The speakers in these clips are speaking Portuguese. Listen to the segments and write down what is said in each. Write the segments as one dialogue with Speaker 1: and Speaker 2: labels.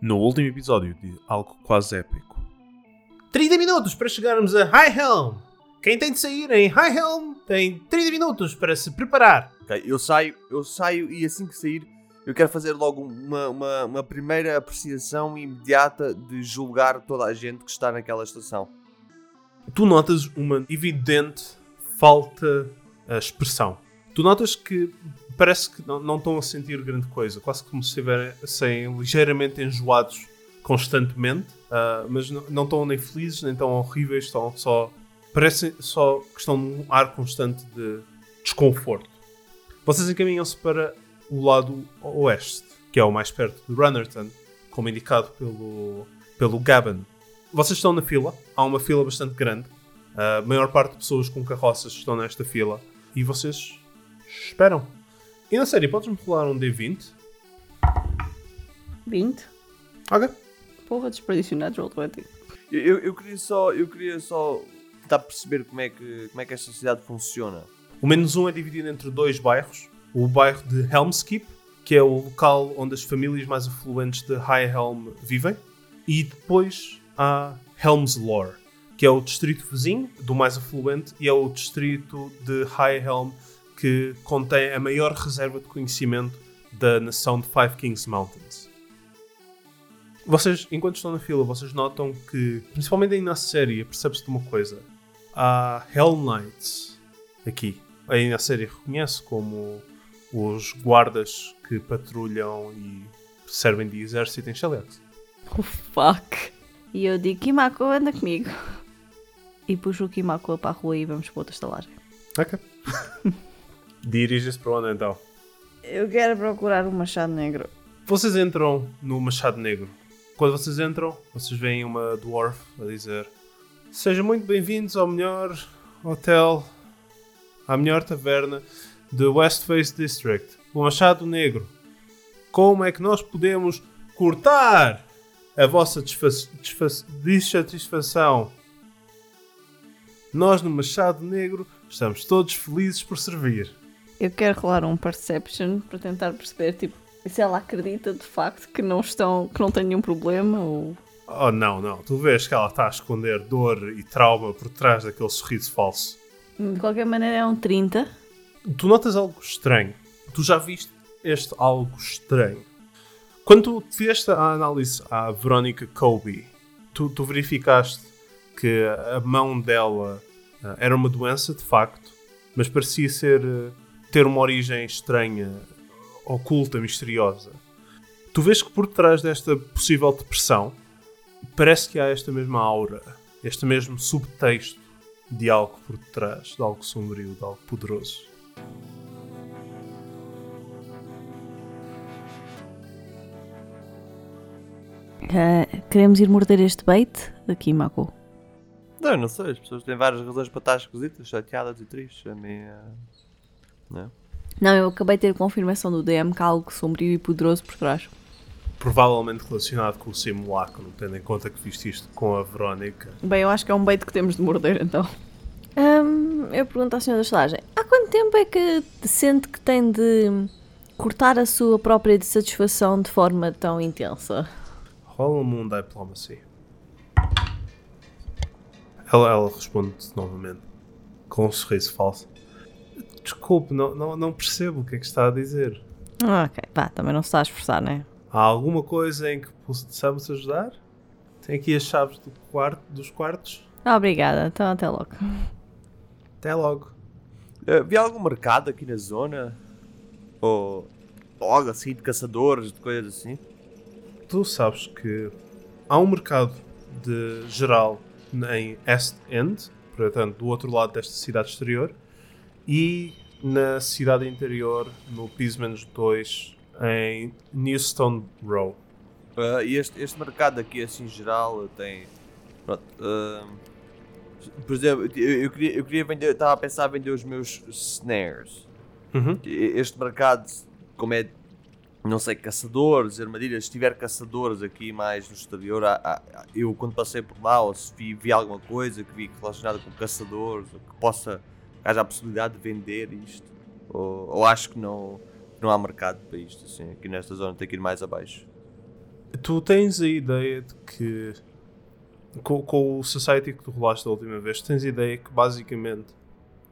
Speaker 1: No último episódio de algo quase épico.
Speaker 2: 30 minutos para chegarmos a High Helm. Quem tem de sair em High Helm tem 30 minutos para se preparar.
Speaker 3: Ok, eu saio, eu saio e assim que sair, eu quero fazer logo uma, uma, uma primeira apreciação imediata de julgar toda a gente que está naquela estação.
Speaker 2: Tu notas uma evidente falta de expressão. Tu notas que parece que não, não estão a sentir grande coisa, quase como se estivessem ligeiramente enjoados constantemente, ah, mas não, não estão nem felizes, nem tão horríveis, estão só. Parecem só que estão num ar constante de desconforto. Vocês encaminham-se para o lado oeste, que é o mais perto de Runnerton, como indicado pelo, pelo Gabon. Vocês estão na fila, há uma fila bastante grande. A maior parte de pessoas com carroças estão nesta fila e vocês esperam. E na série, podes-me rolar um D20?
Speaker 4: 20.
Speaker 2: Ok.
Speaker 4: Porra, desperdício natural 20.
Speaker 3: Eu, eu, eu queria só, eu queria só tentar perceber como é que, como é que esta cidade funciona.
Speaker 2: O menos um é dividido entre dois bairros. O bairro de Helmskip, que é o local onde as famílias mais afluentes de High Helm vivem. E depois há Helmslore, que é o distrito vizinho do mais afluente e é o distrito de High Helm que contém a maior reserva de conhecimento da nação de Five Kings Mountains. Vocês, enquanto estão na fila, vocês notam que, principalmente aí na série, percebe-se de uma coisa. Há Hell Knights aqui. Aí na série reconhece como os guardas que patrulham e servem de exército em Shalex.
Speaker 4: Oh, fuck. E eu digo, Kimako, anda comigo. E puxo o Kimako para a rua e vamos para outra estalagem.
Speaker 2: Ok. Dirige-se para onde então?
Speaker 4: Eu quero procurar um machado negro.
Speaker 2: Vocês entram no Machado Negro. Quando vocês entram, vocês veem uma dwarf a dizer: Sejam muito bem-vindos ao melhor hotel, à melhor taverna do West Face District, o Machado Negro. Como é que nós podemos cortar a vossa desfa- desfa- dissatisfação? Nós no Machado Negro estamos todos felizes por servir.
Speaker 4: Eu quero rolar um perception para tentar perceber, tipo, se ela acredita de facto que não estão, que não tem nenhum problema ou...
Speaker 2: Oh, não, não. Tu vês que ela está a esconder dor e trauma por trás daquele sorriso falso.
Speaker 4: De qualquer maneira é um 30.
Speaker 2: Tu notas algo estranho. Tu já viste este algo estranho. Quando tu fizeste a análise à Verónica Kobe, tu, tu verificaste que a mão dela ah, era uma doença, de facto, mas parecia ser eh, ter uma origem estranha, oculta, misteriosa. Tu vês que por trás desta possível depressão parece que há esta mesma aura, este mesmo subtexto de algo por trás, de algo sombrio, de algo poderoso.
Speaker 4: Eh, queremos ir morder este bait daqui, Mako.
Speaker 3: Não, eu não sei, as pessoas têm várias razões para estar esquisitas, chateadas e tristes. A eh, minha...
Speaker 4: Não, eu acabei de ter confirmação do DM que há algo sombrio e poderoso por trás.
Speaker 2: provavelmente relacionado com o simulacro, tendo em conta que viste isto com a Verónica.
Speaker 4: Bem, eu acho que é um bait que temos de morder, então. Hum, eu pergunto à senhora da estalagem, há quanto tempo é que sente que tem de cortar a sua própria dissatisfação de forma tão intensa?
Speaker 2: Rola-me um Diplomacy. Ela, ela responde novamente, com um sorriso falso. Desculpe, não, não, não percebo o que é que está a dizer.
Speaker 4: Ah, ok. Vá, também não se está a esforçar, né?
Speaker 2: Há alguma coisa em que possamos ajudar? Tem aqui as chaves do quarto, dos quartos.
Speaker 4: Ah, obrigada. Então até logo.
Speaker 2: Até logo.
Speaker 3: Eh, Havia algum mercado aqui na zona? Ou ou algo assim, de caçadores, de coisas assim?
Speaker 2: Tu sabes que há um mercado de geral em East End, portanto, do outro lado desta cidade exterior, e na cidade interior, no Pismans 2, em Newstone Row.
Speaker 3: Eh, e este, este mercado aqui, assim, geral, tem. Pronto. ehm, por exemplo, eu, eu queria, eu queria vender, estava a pensar em vender os meus snares.
Speaker 2: Uhum.
Speaker 3: E- Este mercado, como é, não sei, caçadores, armadilhas, se tiver caçadores aqui mais no exterior, há- há- há- eu quando passei por lá, ou se vi, vi alguma coisa que vi relacionada com caçadores, ou que possa, que haja a possibilidade de vender isto, ou, ou acho que não, não há mercado para isto, assim, aqui nesta zona tem que ir mais abaixo.
Speaker 2: Tu tens a ideia de que com, com o Society que tu rolaste da última vez, tens a ideia que basicamente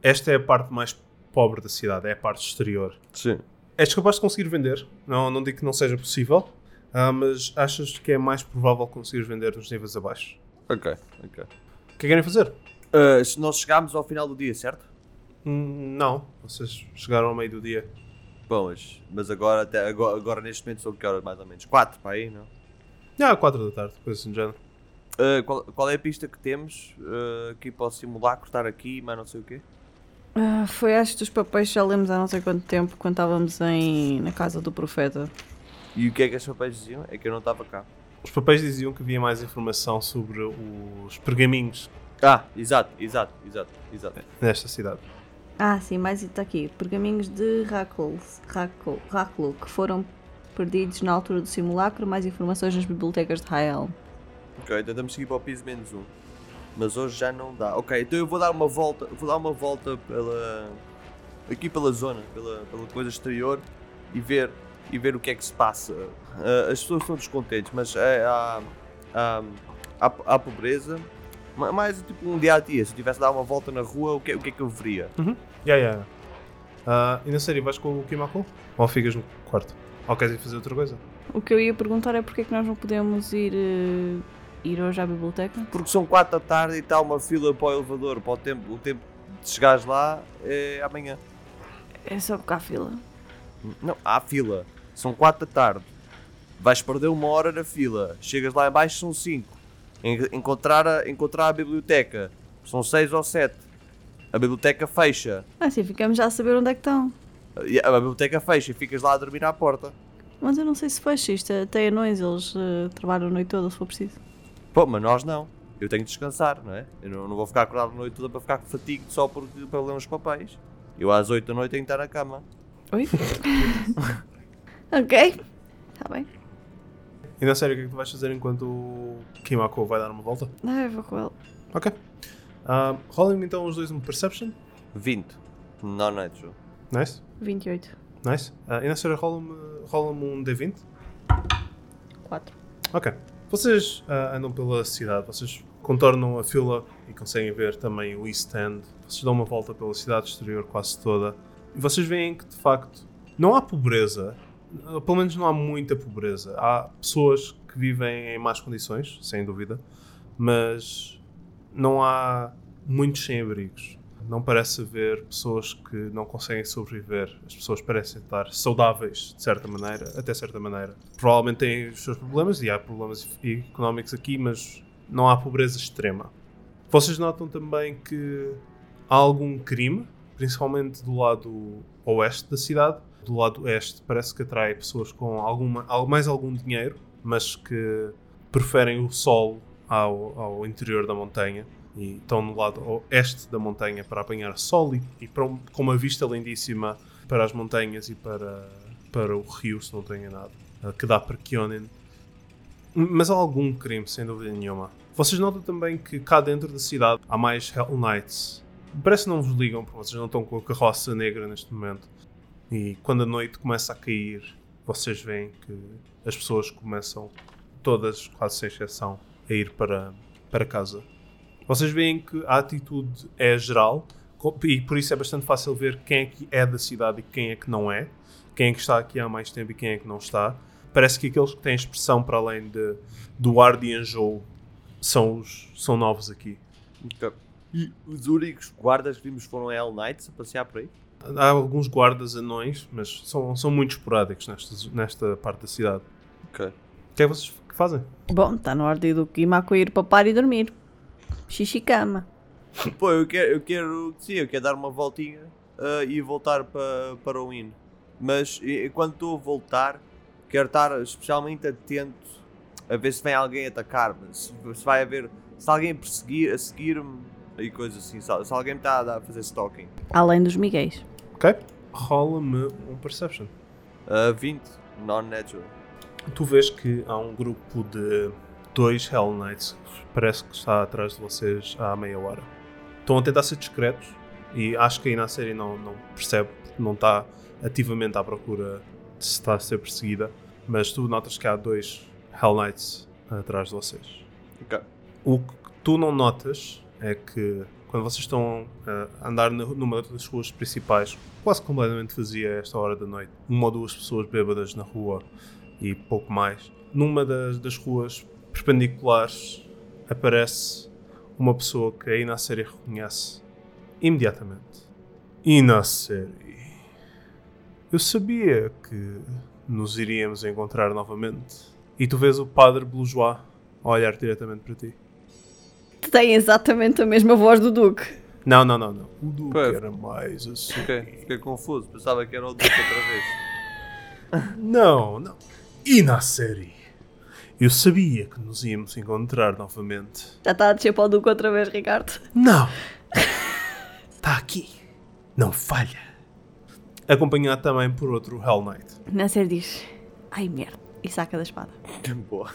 Speaker 2: esta é a parte mais pobre da cidade, é a parte exterior.
Speaker 3: Sim.
Speaker 2: És É capaz de conseguir vender, não, não digo que não seja possível, ah, mas achas que é mais provável conseguir vender nos níveis abaixo.
Speaker 3: Ok, ok.
Speaker 2: O que é que querem fazer?
Speaker 3: Ah, se nós chegámos ao final do dia, certo?
Speaker 2: Hum, Não, vocês chegaram ao meio do dia.
Speaker 3: Bom, mas, mas agora, até, agora, agora neste momento são que horas mais ou menos? Quatro para aí, não?
Speaker 2: Ah, quatro da tarde, coisa assim do género.
Speaker 3: Ah, qual, qual é a pista que temos? Ah, aqui para o simulacro, estar aqui, mas não sei o quê.
Speaker 4: Ah, foi acho dos papéis que já lemos há não sei quanto tempo, quando estávamos em, na casa do profeta.
Speaker 3: E o que é que esses papéis diziam? É que eu não estava cá.
Speaker 2: Os papéis diziam que havia mais informação sobre os pergaminhos
Speaker 3: Ah, exato, exato, exato, exato.
Speaker 2: nesta cidade.
Speaker 4: Ah, sim, mais está aqui. Pergaminhos de Rakul, Rakul, Raklu, que foram perdidos na altura do simulacro, mais informações nas bibliotecas de Rael.
Speaker 3: Ok, então vamos seguir para o piso menos um. Mas hoje já não dá. Ok, então eu vou dar uma volta, vou dar uma volta pela aqui pela zona, pela, pela coisa exterior e ver e ver o que é que se passa. Ah, as pessoas estão descontentes, mas é, há, há, há, há pobreza. Ma- Mais tipo um dia a dia. Se eu tivesse dado uma volta na rua, o que, é- o que é que eu veria?
Speaker 2: Yeah, yeah. Ah, e na série, vais com o Kimako? Ou ficas no quarto? Ou queres ir fazer outra coisa?
Speaker 4: O que eu ia perguntar é porque é que nós não podemos ir, eh, ir hoje à biblioteca?
Speaker 3: Porque são 4 da tarde e está uma fila para o elevador, para o tempo, o tempo de chegares lá é amanhã.
Speaker 4: É só porque há fila.
Speaker 3: Não, há fila. São 4 da tarde. Vais perder uma hora na fila. Chegas lá em baixo, são 5. Encontrar a, encontrar a biblioteca. São 6 ou 7. A biblioteca fecha.
Speaker 4: Ah, sim, ficamos já a saber onde é que estão.
Speaker 3: E A, a biblioteca fecha e ficas lá a dormir à porta.
Speaker 4: Mas eu não sei se fecha isto. Até anões, eles eh, trabalham a noite toda, se for preciso.
Speaker 3: Pô, mas nós não. Eu tenho de descansar, não é? Eu não, não vou ficar acordado a noite toda para ficar fatigo só porque, para ler uns papéis. Eu às 8 da noite tenho que estar na cama.
Speaker 4: Oi? ok. Está bem.
Speaker 2: E na série, o que é que tu vais fazer enquanto o Kimako vai dar uma volta?
Speaker 4: Ah, eu vou com ele.
Speaker 2: Ok. Ah, Rolem então os dois um Perception.
Speaker 3: 20. Não, não é Joe.
Speaker 2: Nice.
Speaker 4: 28.
Speaker 2: Nice. Ah, e na série, rola-me rola um D20.
Speaker 4: 4.
Speaker 2: Ok. Vocês ah, andam pela cidade, vocês contornam a fila e conseguem ver também o East End. Vocês dão uma volta pela cidade exterior quase toda. E vocês veem que, de facto, não há pobreza. Ah, Pelo menos não há muita pobreza. Há pessoas que vivem em más condições, sem dúvida. Mas não há muitos sem-abrigos. Não parece haver pessoas que não conseguem sobreviver. As pessoas parecem estar saudáveis, de certa maneira, até certa maneira. Provavelmente têm os seus problemas, e há problemas económicos aqui, mas não há pobreza extrema. Vocês notam também que há algum crime, principalmente do lado oeste da cidade. Do lado oeste parece que atrai pessoas com alguma, al- mais algum dinheiro, mas que preferem o sol ao, ao interior da montanha e estão no lado oeste da montanha para apanhar sol e, e para um- com uma vista lindíssima para as montanhas e para, para o rio, se não estou enganado, eh, que dá para Kionen. Mas há algum crime, sem dúvida nenhuma. Vocês notam também que cá dentro da cidade há mais Hell Knights. Parece que não vos ligam, porque vocês não estão com a carroça negra neste momento. E quando a noite começa a cair, vocês veem que as pessoas começam, todas, quase sem exceção, a ir para, para casa. Vocês veem que a atitude é geral co- e por isso é bastante fácil ver quem é que é da cidade e quem é que não é, quem é que está aqui há mais tempo e quem é que não está. Parece que aqueles que têm expressão para além de, do ar de enjoo são, os, são novos aqui.
Speaker 3: Ok. E os únicos guardas que vimos foram Hell Knights a passear por aí?
Speaker 2: Há alguns guardas anões, mas são, são muito esporádicos nesta, nesta parte da cidade.
Speaker 3: Ok.
Speaker 2: O que é que vocês f- fazem?
Speaker 4: Bom, está na ordem do Kimako ir para o par e dormir. Xixi cama.
Speaker 3: Pô, eu quero, eu quero, sim, eu quero dar uma voltinha ah, e voltar pa, para o hino. Mas e- e quando estou a voltar, quero estar especialmente atento a ver se vem alguém atacar-me, se, se vai haver, se alguém perseguir, a seguir-me e coisas assim, se, se alguém me está a, dar- a fazer stalking.
Speaker 4: Além dos miguéis.
Speaker 2: Ok? Rola-me um Perception.
Speaker 3: Ah, 20, non-natural.
Speaker 2: Tu vês que há um grupo de dois Hell Knights que parece que está atrás de vocês há meia hora. Estão a tentar ser discretos e acho que aí na série não, não percebe, porque não está ativamente à procura de se está a ser perseguida, mas tu notas que há dois Hell Knights atrás de vocês.
Speaker 3: Ok.
Speaker 2: O que tu não notas é que quando vocês estão eh, a andar na- numa das ruas principais, quase completamente vazia a esta hora da noite, uma ou duas pessoas bêbadas na rua e pouco mais, numa das, das ruas perpendiculares aparece uma pessoa que a Inaceri reconhece imediatamente. Inaceri. Eu sabia que nos iríamos encontrar novamente. E tu vês o padre Bourgeois a olhar diretamente para ti.
Speaker 5: Tem exatamente a mesma voz do Duque.
Speaker 2: Não, não, não, não. O Duque
Speaker 3: Pois.
Speaker 2: era mais assim.
Speaker 3: Ok, fiquei confuso. Pensava que era o Duque outra vez.
Speaker 2: Não, não. E na série? Eu sabia que nos íamos encontrar novamente.
Speaker 5: Já
Speaker 4: tá
Speaker 5: está a descer para o Duque outra vez, Ricardo.
Speaker 2: Não! Está Tá aqui. Não falha. Acompanhado também por outro Hell Knight.
Speaker 5: Nasser diz: Ai merda. E saca da espada.
Speaker 3: Boa.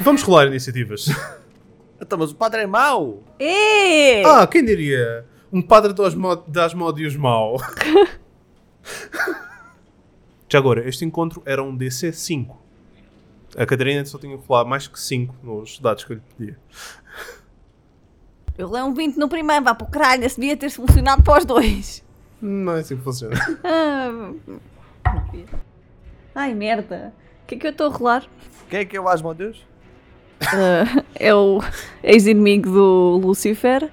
Speaker 2: Vamos rolar iniciativas.
Speaker 3: Então, mas o padre é mau!
Speaker 5: Ê!
Speaker 2: Ah, quem diria? Um padre de Osmo- de Asmodeus mau. Já agora, este encontro era um DC5. A Catarina só tinha que rolar mais que 5 nos dados que eu lhe pedia.
Speaker 5: Eu leio um 20 no primeiro, vá para o caralho, esse devia ter solucionado para os dois.
Speaker 2: Não é assim que funciona.
Speaker 5: Ah, Ai merda. O que é que eu estou a rolar?
Speaker 3: Quem é que é o Asmodeus?
Speaker 5: É o ex-inimigo do Lucifer.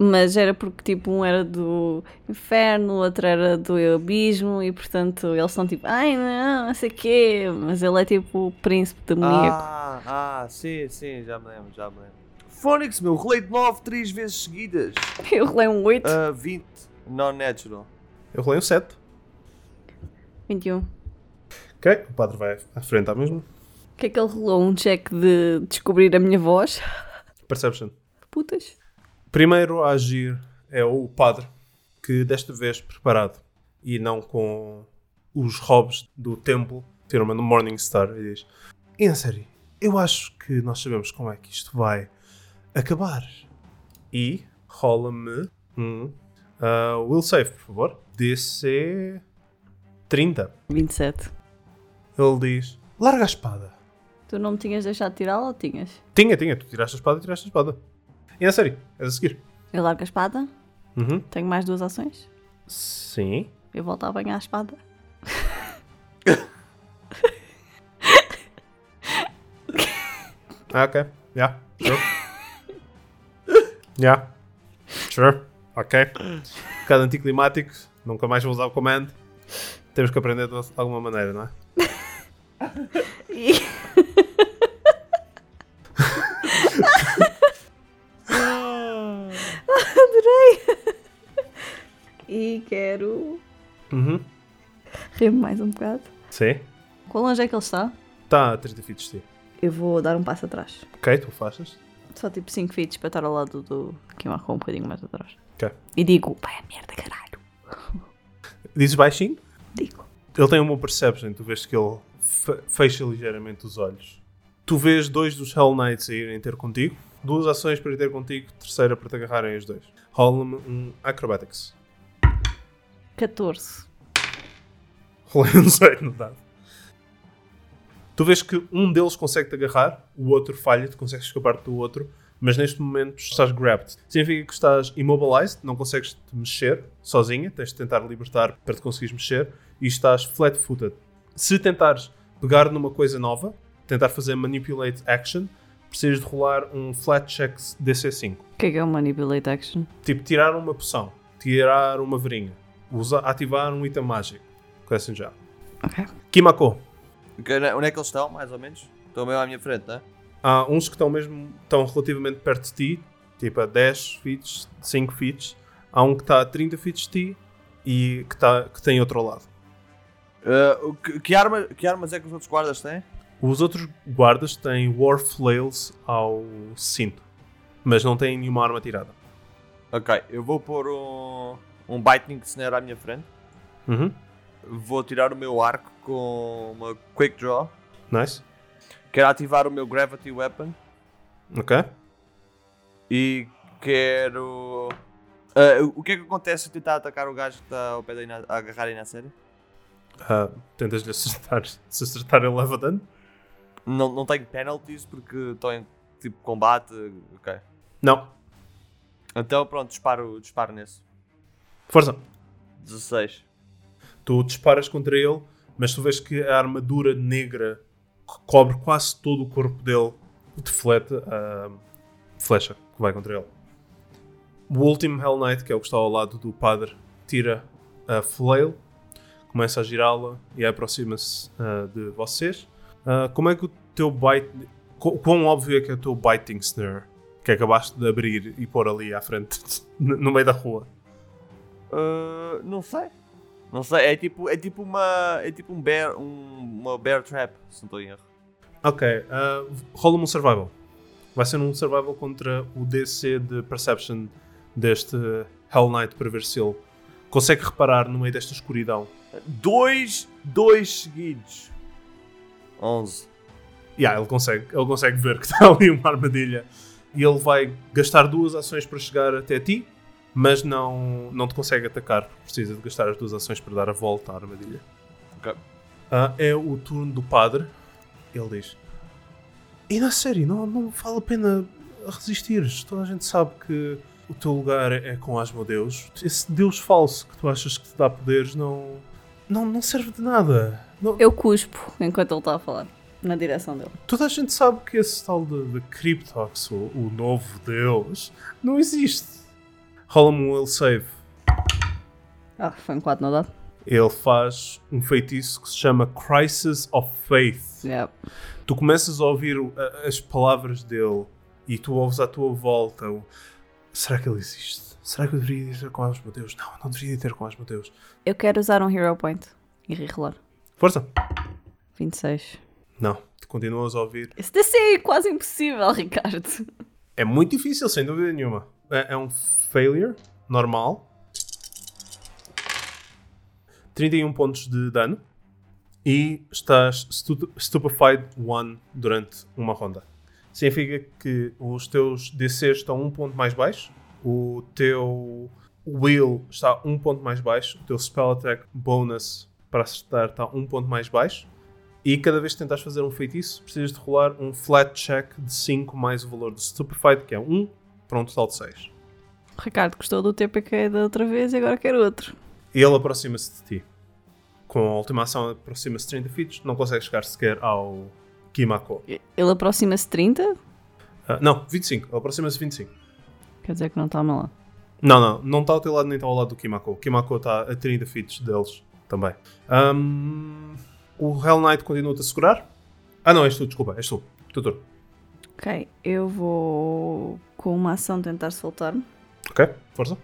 Speaker 5: Mas era porque, tipo, um era do inferno, o outro era do abismo, e portanto eles são tipo, ai não, não sei o quê. Mas ele é tipo o príncipe demoníaco.
Speaker 3: Ah, ah, sim, sim, já me lembro, já me lembro. Fónix, meu, rolei de 9 três vezes seguidas.
Speaker 5: Eu rolei um 8,
Speaker 3: Ah, 20, non-natural.
Speaker 2: Eu rolei um 7.
Speaker 5: 21. O
Speaker 2: Ok, o padre vai à frente à mesma.
Speaker 5: que é que ele rolou? Um check de descobrir a minha voz?
Speaker 2: Perception.
Speaker 5: Putas.
Speaker 2: Primeiro a agir é o padre, que desta vez preparado e não com os robes do templo, firma no Morningstar e diz: Em sério, eu acho que nós sabemos como é que isto vai acabar. E rola-me um ah, Will Save, por favor. DC 30.
Speaker 5: 27.
Speaker 2: Ele diz: Larga a espada.
Speaker 5: Tu não me tinhas deixado tirá-la ou tinhas?
Speaker 2: Tinha, tinha, tu tiraste a espada, tiraste a espada. Em sério, és a seguir.
Speaker 5: Eu largo a espada,
Speaker 2: Uhum.
Speaker 5: tenho mais duas ações,
Speaker 2: Sim.
Speaker 5: eu volto a apanhar a espada.
Speaker 2: Ah, ok. Yeah. Sure. yeah. Sure. Ok. Cada anticlimático, nunca mais vou usar o comando. Temos que aprender de alguma maneira, não é?
Speaker 5: E... Adorei! E quero.
Speaker 2: Uhum.
Speaker 5: rir mais um bocado.
Speaker 2: Sim.
Speaker 5: Quão longe é que ele está?
Speaker 2: Está a 30 feet de ti.
Speaker 5: Eu vou dar um passo atrás.
Speaker 2: Ok, tu afastas.
Speaker 5: Só tipo 5 feet para estar ao lado do Kimaco um bocadinho mais atrás.
Speaker 2: Ok.
Speaker 5: E digo, vai a merda, caralho.
Speaker 2: Dizes baixinho.
Speaker 5: Digo.
Speaker 2: Ele tem uma perception, tu vês que ele fe- fecha ligeiramente os olhos. Tu vês dois dos Hell Knights a irem ter contigo, duas ações para ir ter contigo, terceira para te agarrarem os dois. Rola-me um Acrobatics.
Speaker 5: 14.
Speaker 2: Rolei um 18 no dado. Tu vês que um deles consegue-te agarrar, o outro falha, tu consegues escapar do outro, mas neste momento estás grabbed. Significa que estás immobilized, não consegues te mexer sozinha, tens de tentar libertar para te conseguires mexer, e estás flat-footed. Se tentares pegar numa coisa nova, tentar fazer manipulate action, precisas de rolar um flat check DC5.
Speaker 5: O que é que é o Manipulate Action?
Speaker 2: Tipo, tirar uma poção, tirar uma varinha, usar, ativar um item mágico. assim Conhecem já.
Speaker 5: Ok.
Speaker 2: Kimako,
Speaker 3: Ok, né- onde é que eles estão, mais ou menos? Estão meio à minha frente, não é?
Speaker 2: Há uns que estão mesmo estão relativamente perto de ti, tipo a 10 feet, 5 feet. Há um que está a 30 feet de ti e que, tá, que tem outro ao lado.
Speaker 3: Ah, o que, que arma- que armas é que os outros guardas têm?
Speaker 2: Os outros guardas têm war flails ao cinto, mas não têm nenhuma arma tirada.
Speaker 3: Ok, eu vou pôr um, um Biting Snare à minha frente.
Speaker 2: Uhum.
Speaker 3: Vou tirar o meu arco com uma Quick Draw.
Speaker 2: Nice.
Speaker 3: Quero ativar o meu Gravity Weapon.
Speaker 2: Ok.
Speaker 3: E quero. Ah, o- o que é que acontece se eu tentar atacar o gajo que está ao pé da Ina... a agarrar a Inacéria?
Speaker 2: Ah, Tentas-lhe acertar. Se acertar, ele leva dano.
Speaker 3: Não, não tenho penalties porque estou em tipo combate. Ok.
Speaker 2: Não.
Speaker 3: Então pronto, disparo, disparo nesse.
Speaker 2: Força.
Speaker 3: 16.
Speaker 2: Tu disparas contra ele, mas tu vês que a armadura negra que cobre quase todo o corpo dele deflete a ah, flecha que vai contra ele. O último Hell Knight, que é o que está ao lado do padre, tira a flail, começa a girá-la e aproxima-se ah, de vocês. Ah, como é que o teu bite. qu- Quão óbvio é que é o teu biting snare que acabaste de abrir e pôr ali à frente, no no meio da rua?
Speaker 3: Uh, não sei. Não sei, é tipo, é tipo uma. É tipo um bear. Um, uma bear trap, se não estou em erro.
Speaker 2: Ok, ah, rola-me um survival. Vai ser um survival contra o DC de Perception deste Hell Knight para ver se ele consegue reparar no meio desta escuridão.
Speaker 3: Dois. Dois seguidos. 11.
Speaker 2: Yeah, ele consegue, ele consegue ver que está ali uma armadilha. E ele vai gastar duas ações para chegar até ti, mas não, não te consegue atacar. porque Precisa de gastar as duas ações para dar a volta à armadilha.
Speaker 3: Ok.
Speaker 2: Ah, é o turno do padre. Ele diz: E na série, não, não vale a pena resistires. Toda a gente sabe que o teu lugar é com Asmodeus. Esse deus falso que tu achas que te dá poderes não, não, não serve de nada. Não-
Speaker 5: Eu cuspo enquanto ele está a falar, na direção dele.
Speaker 2: Toda a gente sabe que esse tal de, de Cryptox, o, o novo deus, não existe. Rola-me um will save.
Speaker 5: Ah, foi um 4 na dado.
Speaker 2: Ele faz um feitiço que se chama Crisis of Faith.
Speaker 5: Yeah.
Speaker 2: Tu começas a ouvir o- a- as palavras dele e tu ouves à tua volta o, Será que ele existe? Será que eu deveria ir ter com Asmodeus? Não, não deveria ir ter com Asmodeus.
Speaker 5: Eu quero usar um Hero Point e rerolar.
Speaker 2: Força!
Speaker 5: 26.
Speaker 2: Não, tu continuas a ouvir
Speaker 5: Esse DC é quase impossível, Ricardo.
Speaker 2: É muito difícil, sem dúvida nenhuma. É, é um failure normal. 31 pontos de dano. E estás stu- stupefied 1 durante uma ronda. Significa que os teus DCs estão um ponto mais baixo. O teu Will está um ponto mais baixo. O teu Spell Attack Bonus para acertar está um ponto mais baixo. E cada vez que tentares fazer um feitiço, precisas de rolar um flat check de 5 mais o valor do Stupefied, que é 1, para um total de 6.
Speaker 5: Ricardo gostou do TPK é da outra vez e agora quer outro.
Speaker 2: E ele aproxima-se de ti. Com a última ação, aproxima-se 30 feet, não consegue chegar sequer ao Kimako.
Speaker 5: Ele aproxima-se 30,
Speaker 2: Ah, não, 25, ele aproxima-se 25.
Speaker 5: quer dizer que não está mal lá.
Speaker 2: Não, não, não está ao teu lado nem está ao lado do Kimako. O Kimako está a 30 feet deles também. Ahm, o Hell Knight continua-te a segurar. Ah, não, és tu, desculpa, és tu. Tutor.
Speaker 5: Ok, eu vou com uma ação tentar soltar-me.
Speaker 2: Ok, força.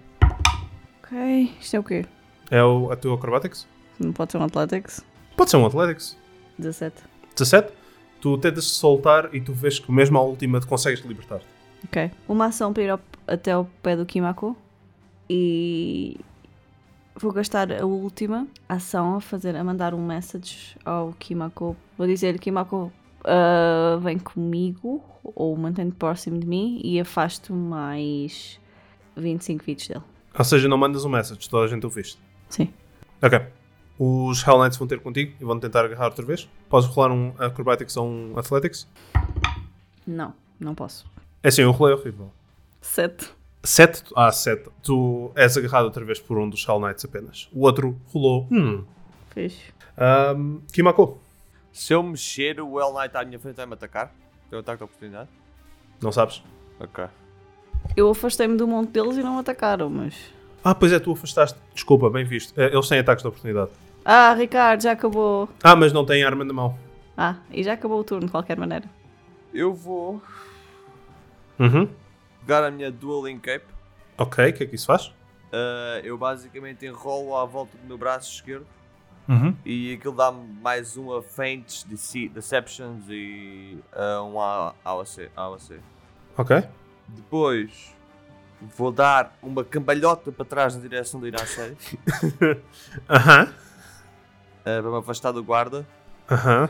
Speaker 5: Ok, isto é o quê?
Speaker 2: É o, a tua Acrobatics?
Speaker 5: Não pode ser um Athletics?
Speaker 2: Pode ser um Athletics.
Speaker 5: 17.
Speaker 2: 17, tu tentas soltar e tu vês que mesmo à última te consegues te libertar.
Speaker 5: Ok. Uma ação para ir ao- até ao pé do Kimako e vou gastar a última ação a fazer, a mandar um message ao Kimako. Vou dizer Kimako ah, vem comigo ou mantém-te próximo de mim e afasto mais 25 feet dele.
Speaker 2: Ou seja, não mandas um message, toda a gente o viste.
Speaker 5: Sim.
Speaker 2: Ok. Os Hell Knights vão ter contigo e vão tentar agarrar outra vez. Podes rolar um Acrobatics ou um Athletics?
Speaker 5: Não, não posso.
Speaker 2: É sim, o rolê é horrível.
Speaker 5: 7.
Speaker 2: 7, ah, 7. Tu és agarrado outra vez por um dos Hell Knights apenas. O outro rolou. Hum.
Speaker 5: Fiz.
Speaker 2: Ahm, Kimako,
Speaker 3: Se eu mexer, o Well Knight à minha frente vai me atacar. Tem um ataque de oportunidade.
Speaker 2: não sabes?
Speaker 3: Ok.
Speaker 5: Eu afastei-me do monte deles e não me atacaram, mas.
Speaker 2: Ah, pois é, tu afastaste. Desculpa, bem visto. Eh, Eles têm ataques de oportunidade.
Speaker 5: Ah, Ricardo, já acabou.
Speaker 2: Ah, mas não têm arma na mão.
Speaker 5: Ah, e já acabou o turno de qualquer maneira.
Speaker 3: Eu vou
Speaker 2: Uhum.
Speaker 3: pegar a minha Dueling Cape.
Speaker 2: Ok, o que é que isso faz?
Speaker 3: Uh, eu basicamente enrolo à volta do meu braço esquerdo
Speaker 2: Uhum.
Speaker 3: e aquilo dá-me mais um a feints, dece- deceptions e uh, um a AOC, AOC.
Speaker 2: Ok.
Speaker 3: Depois vou dar uma cambalhota para trás na direção do Iracério
Speaker 2: Aham.
Speaker 3: uh, para me afastar do guarda
Speaker 2: Aham.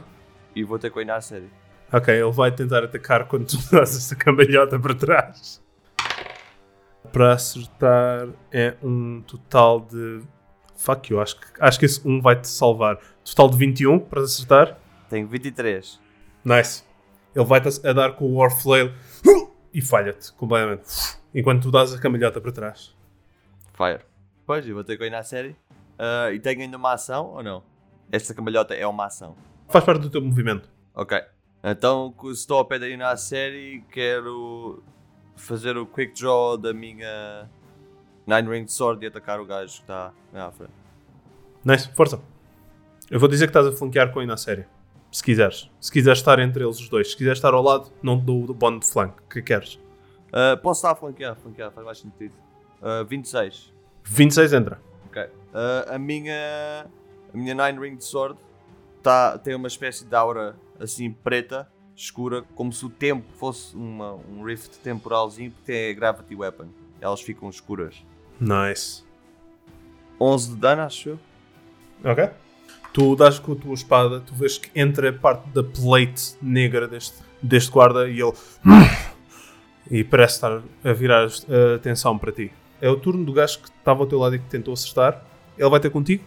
Speaker 3: e vou ter com a Iracério.
Speaker 2: Ok, ele vai tentar atacar quando tu dás esta cambalhota para trás. Para acertar é um total de. Fuck you, acho que, acho que esse um vai te salvar. Total de 21 para um acertar.
Speaker 3: Tenho 23.
Speaker 2: Nice. ele vai-te a dar com o Warflail e falha-te completamente. Enquanto tu dás a camalhota para trás.
Speaker 3: Fire. Pois, eu vou ter que ganhar a série. Ah, e tenho ainda uma ação ou não? Esta cambalhota é uma ação.
Speaker 2: Faz parte do teu movimento.
Speaker 3: Ok. Então, co- se estou ao pé da Ina à série, quero fazer o quick draw da minha Nine Ring Sword e atacar o gajo que está na frente.
Speaker 2: Nice, força. Eu vou dizer que estás a flanquear com a na série. Se quiseres. Se quiseres estar entre eles os dois. Se quiseres estar ao lado, não te dou o bond de flanque. O que queres?
Speaker 3: Ah, posso estar a flanquear, flanquear, faz mais sentido. Ah, 26.
Speaker 2: 26 entra.
Speaker 3: Ok. Ah, a minha. A minha Nine Ring Sword tá, tem uma espécie de aura assim preta, escura, como se o tempo fosse uma, um rift temporalzinho que tem a Gravity Weapon. Elas ficam escuras.
Speaker 2: Nice.
Speaker 3: 11 de dano, acho eu.
Speaker 2: Ok. Tu dás com a tua espada, tu vês que entra parte da plate negra deste, deste guarda e ele. e parece estar a virar a atenção para ti. É o turno do gajo que estava ao teu lado e que tentou acertar. Ele vai ter contigo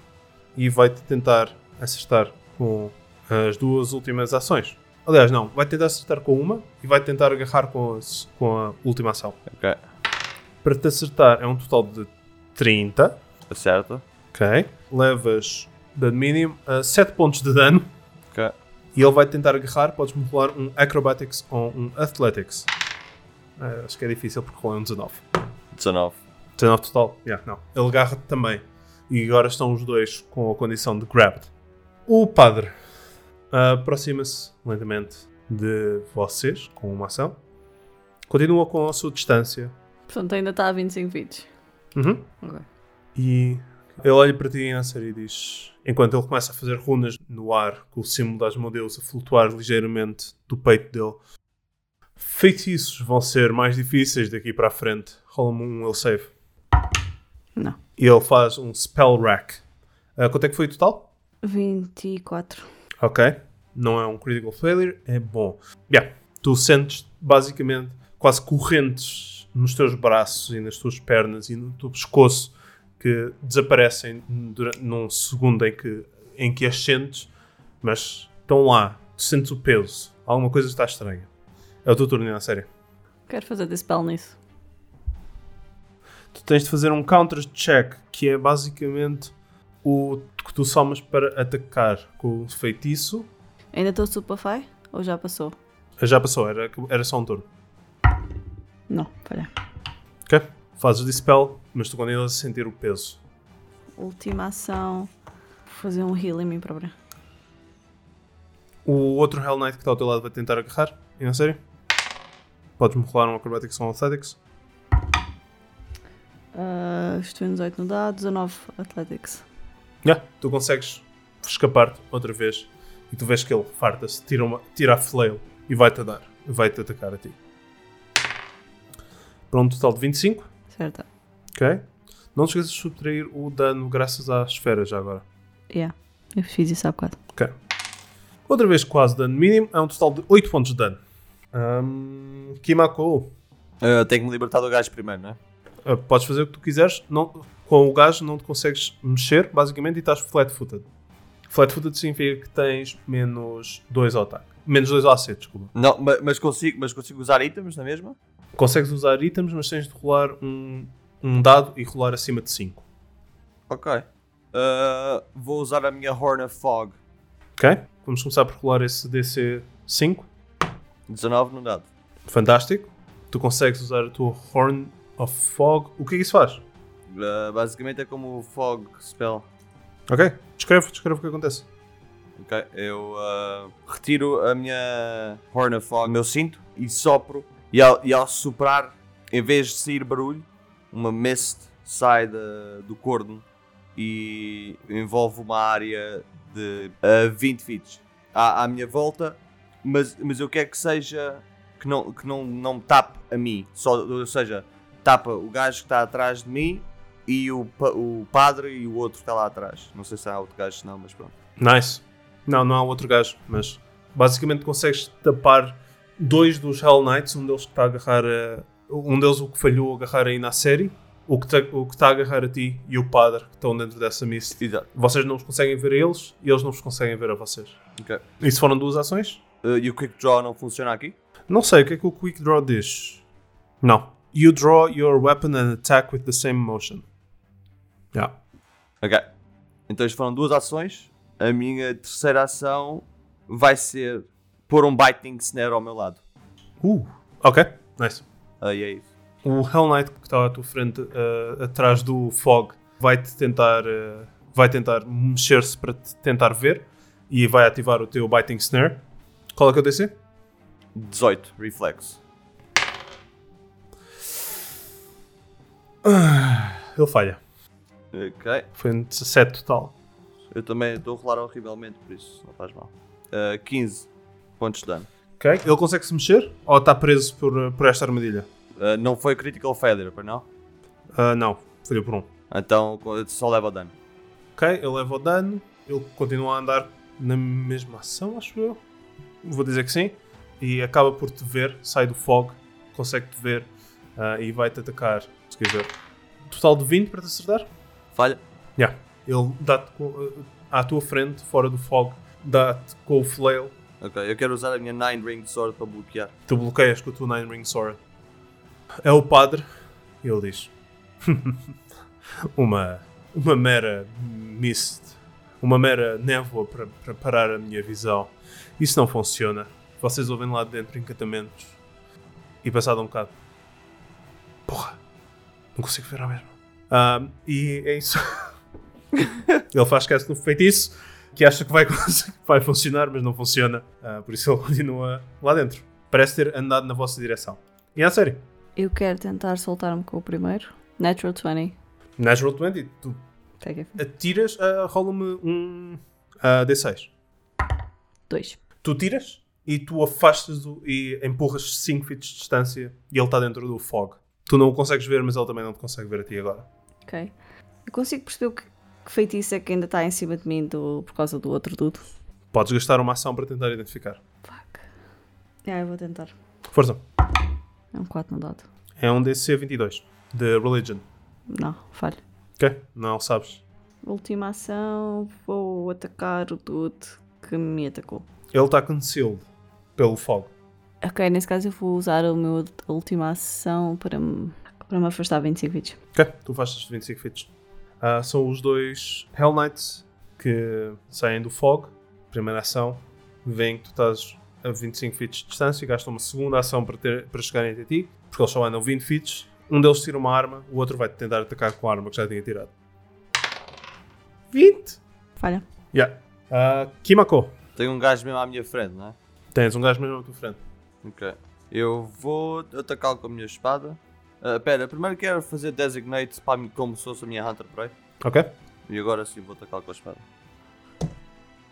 Speaker 2: e vai-te tentar acertar com as duas últimas ações. Aliás, não, vai tentar acertar com uma e vai tentar agarrar com, as- com a última ação.
Speaker 3: Ok.
Speaker 2: Para te acertar é um total de 30.
Speaker 3: Tá Acerta.
Speaker 2: Ok. Levas dano mínimo a 7 pontos de dano
Speaker 3: Ok.
Speaker 2: e ele vai tentar agarrar. Podes-me rolar um Acrobatics ou um Athletics. Ah, acho que é difícil porque rolou um 19.
Speaker 3: 19.
Speaker 2: 19 total? Yeah, não. Ele agarra-te também. E agora estão os dois com a condição de grabbed. O padre ah, aproxima-se lentamente de vocês com uma ação. Continua com a sua distância.
Speaker 4: Portanto, ainda está a 25 feet.
Speaker 2: Uhum.
Speaker 4: Ok.
Speaker 2: E ele olha para ti Ansar, e diz: enquanto ele começa a fazer runas no ar, com o símbolo das Asmodeus a flutuar ligeiramente do peito dele, feitiços vão ser mais difíceis daqui para a frente. Rola-me um will save.
Speaker 4: Não.
Speaker 2: E ele faz um spell rack. Ah, quanto é que foi o total?
Speaker 4: 24.
Speaker 2: Ok. Não é um critical failure, é bom. Yeah. Tu sentes basicamente quase correntes nos teus braços e nas tuas pernas e no teu pescoço que desaparecem durante, num segundo em que, em que as sentes, mas estão lá. Tu sentes o peso. Alguma coisa está estranha. É o teu turno, na série.
Speaker 4: Quero fazer dispel nisso.
Speaker 2: tu tens de fazer um counter check, que é basicamente o que tu somas para atacar com o feitiço.
Speaker 4: Ainda estou superfy? Ou já passou?
Speaker 2: Já passou, era, era só um turno.
Speaker 4: Não, falha.
Speaker 2: Ok? Fazes o dispel, mas tu continuas a sentir o peso.
Speaker 4: Última ação. Vou fazer um heal em mim própria.
Speaker 2: O outro Hell Knight que está ao teu lado vai tentar agarrar, e não sério? Podes-me rolar um Acrobatics ou um Athletics?
Speaker 4: Ah, estou em 18 no dado, 19 Athletics.
Speaker 2: Já, tu consegues escapar-te outra vez e tu vês que ele farta-se, tira, uma- tira a flail e vai-te a dar, e vai-te atacar a ti. Para um total de 25,
Speaker 4: Certo?
Speaker 2: Ok. Não te esqueças de subtrair o dano graças às esferas já agora.
Speaker 4: Yeah. Eu fiz isso há bocado.
Speaker 2: Ok. Outra vez quase dano mínimo, é um total de 8 pontos de dano. Ahm, Kimako,
Speaker 3: Ah, tenho que me libertar do gajo primeiro, não é?
Speaker 2: ah, podes fazer o que tu quiseres, não, com o gajo não te consegues mexer, basicamente, e estás flat-footed. Flat-footed significa que tens menos 2 ao ataque. Menos 2 ao AC, desculpa.
Speaker 3: Não, ma- mas consigo, mas consigo usar itens, não é mesmo?
Speaker 2: Consegues usar itens, mas tens de rolar um, um dado e rolar acima de 5.
Speaker 3: Ok. Ah, vou usar a minha Horn of Fog.
Speaker 2: Ok? Vamos começar por rolar esse DC 5.
Speaker 3: 19 no dado.
Speaker 2: Fantástico. Tu consegues usar a tua Horn of Fog. O que é que isso faz?
Speaker 3: Ah, basicamente é como o Fog Spell.
Speaker 2: Ok. Descreve, descreve o que acontece.
Speaker 3: Ok, eu ah, retiro a minha Horn of Fog, o meu cinto, e sopro. E ao, e ao soprar, em vez de sair barulho, uma mist sai da- do corno e envolve uma área de ah, 20 feet à, à minha volta. Mas, mas eu quero que seja que não, que não, não me tape a mim, só, ou seja, tapa o gajo que está atrás de mim e o, pa- o padre e o outro que está lá atrás. Não sei se há outro gajo, se não, mas pronto.
Speaker 2: Nice. Não, não há outro gajo, mas basicamente consegues tapar dois dos Hell Knights, um deles que está a agarrar a, um deles o que falhou a agarrar aí na série, o que, tá- o que está a agarrar a ti e o padre que estão dentro dessa mist.
Speaker 3: Exato.
Speaker 2: Vocês não os conseguem ver a eles e eles não os conseguem ver a vocês.
Speaker 3: Ok.
Speaker 2: Isso foram duas ações?
Speaker 3: Eh, e o Quick Draw não funciona aqui?
Speaker 2: Não sei, o que é que o Quick Draw diz? Não. You draw your weapon and attack with the same motion. Yeah.
Speaker 3: Ok. Então isto foram duas ações. A minha terceira ação vai ser pôr um Biting Snare ao meu lado.
Speaker 2: Uh, ok, nice.
Speaker 3: Aí é isso.
Speaker 2: O Hell Knight que está à tua frente, eh, atrás do Fog, vai te tentar, eh, vai tentar mexer-se para te tentar ver e vai ativar o teu Biting Snare. Qual é que eu DC?
Speaker 3: 18, Reflex.
Speaker 2: Ele falha.
Speaker 3: Ok.
Speaker 2: Foi um 17 total.
Speaker 3: Eu também estou a rolar horrivelmente, por isso não faz mal. Eh, 15 pontos de dano.
Speaker 2: Ok. Ele consegue se mexer ou está preso por, por esta armadilha?
Speaker 3: Eh, não foi critical failure, pois não?
Speaker 2: Ah, não, falhou por um.
Speaker 3: Então só leva dano.
Speaker 2: Ok, ele leva o dano, ele continua a andar na mesma ação, acho eu. Vou dizer que sim. E acaba por te ver, sai do fog, consegue te ver ah, e vai-te atacar, se quiser. Total de 20 para te acertar?
Speaker 3: Falha.
Speaker 2: Já. Ele dá-te com- ah, à tua frente, fora do fog, dá-te com o flail,
Speaker 3: Ok, eu quero usar a minha Nine Ring Sword para bloquear.
Speaker 2: tu bloqueias com a tua Nine Ring Sword. É o padre, e ele diz: uma, uma mera mist, uma mera névoa para, para parar a minha visão. Isso não funciona. Vocês ouvem lá de dentro encantamentos. E passado um bocado, porra, não consigo ver a mesma. Ahm, e é isso. ele faz caso no feitiço que acha que vai, cons- vai funcionar, mas não funciona. Ah, por isso ele continua lá dentro. Parece ter andado na vossa direção. E é a sério,
Speaker 4: Eu quero tentar soltar-me com o primeiro. Natural 20.
Speaker 2: Natural 20, tu
Speaker 4: Pega
Speaker 2: atiras, ah, rola-me um ah, D6.
Speaker 4: dois.
Speaker 2: Tu tiras e tu afastas o, e empurras 5 feet de distância e ele está dentro do fog. Tu não o consegues ver, mas ele também não te consegue ver a ti agora.
Speaker 4: Ok. Eu consigo perceber o que, que feitiço é que ainda está em cima de mim do- por causa do outro dudo.
Speaker 2: Podes gastar uma ação para tentar identificar.
Speaker 4: Fuck. Ah, eu vou tentar.
Speaker 2: Força.
Speaker 4: É um 4 no dado.
Speaker 2: É um DC 22 de Religion.
Speaker 4: Não, falho.
Speaker 2: Ok? Não sabes.
Speaker 4: Última ação, vou atacar o dude que me atacou.
Speaker 2: Ele está concealed pelo fog.
Speaker 4: Ok, nesse caso eu vou usar o meu a última ação para me, para me afastar 25 vídeos.
Speaker 2: Ok, tu afastas 25 feet. Ah, são os dois Hell Knights que saem do fog. Primeira ação, veem que tu estás a 25 feet de distância e gastam uma segunda ação para, ter, para chegarem até ti, porque eles só andam 20 feet. Um deles tira uma arma, o outro vai tentar atacar com a arma que já tinha tirado. 20!
Speaker 4: Falha.
Speaker 2: Yeah. Ah, Kimako,
Speaker 3: Tem um gajo mesmo à minha frente, não é?
Speaker 2: tens um gajo mesmo à tua frente.
Speaker 3: Ok. Eu vou atacá-lo com a minha espada. Ah, pera, primeiro quero fazer Designate para mim como se fosse a minha Hunter Prey.
Speaker 2: Ok?
Speaker 3: E agora sim vou atacá-lo com a espada.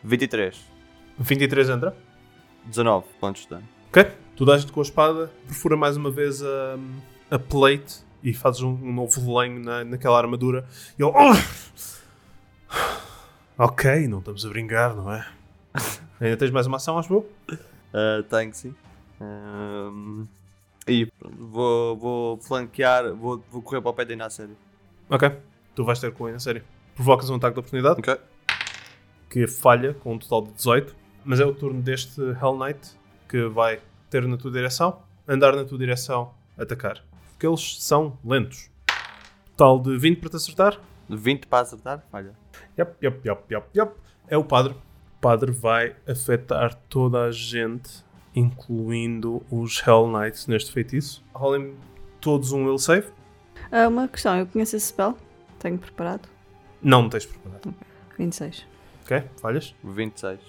Speaker 3: 23.
Speaker 2: 23 entra.
Speaker 3: 19 pontos de dano.
Speaker 2: Ok. Tu dás-te com a espada, perfura mais uma vez a, a plate e fazes um, um novo lenho na, naquela armadura. E ele. "Ah!" Ok, não estamos a brincar, não é? Ainda tens mais uma ação, acho eu?
Speaker 3: Ah, tenho sim. Ahm, e pronto, vou, vou flanquear, vou, vou correr para o pé da Inácio.
Speaker 2: Ok. Tu vais ter com ele, a sério. Provocas um ataque de oportunidade
Speaker 3: Ok.
Speaker 2: que falha com um total de 18. Mas é o turno deste Hell Knight que vai ter na tua direção, andar na tua direção, atacar. Porque eles são lentos. Total de 20 para te acertar.
Speaker 3: 20 para acertar? Falha.
Speaker 2: Yep, yep, yep, yep, yep. É o padre. O padre vai afetar toda a gente, incluindo os Hell Knights neste feitiço. Rolem todos um will save.
Speaker 4: Ah, uma questão, eu conheço esse spell? Tenho preparado?
Speaker 2: Não, não tens preparado.
Speaker 4: 26.
Speaker 2: Ok? Falhas?
Speaker 3: 26.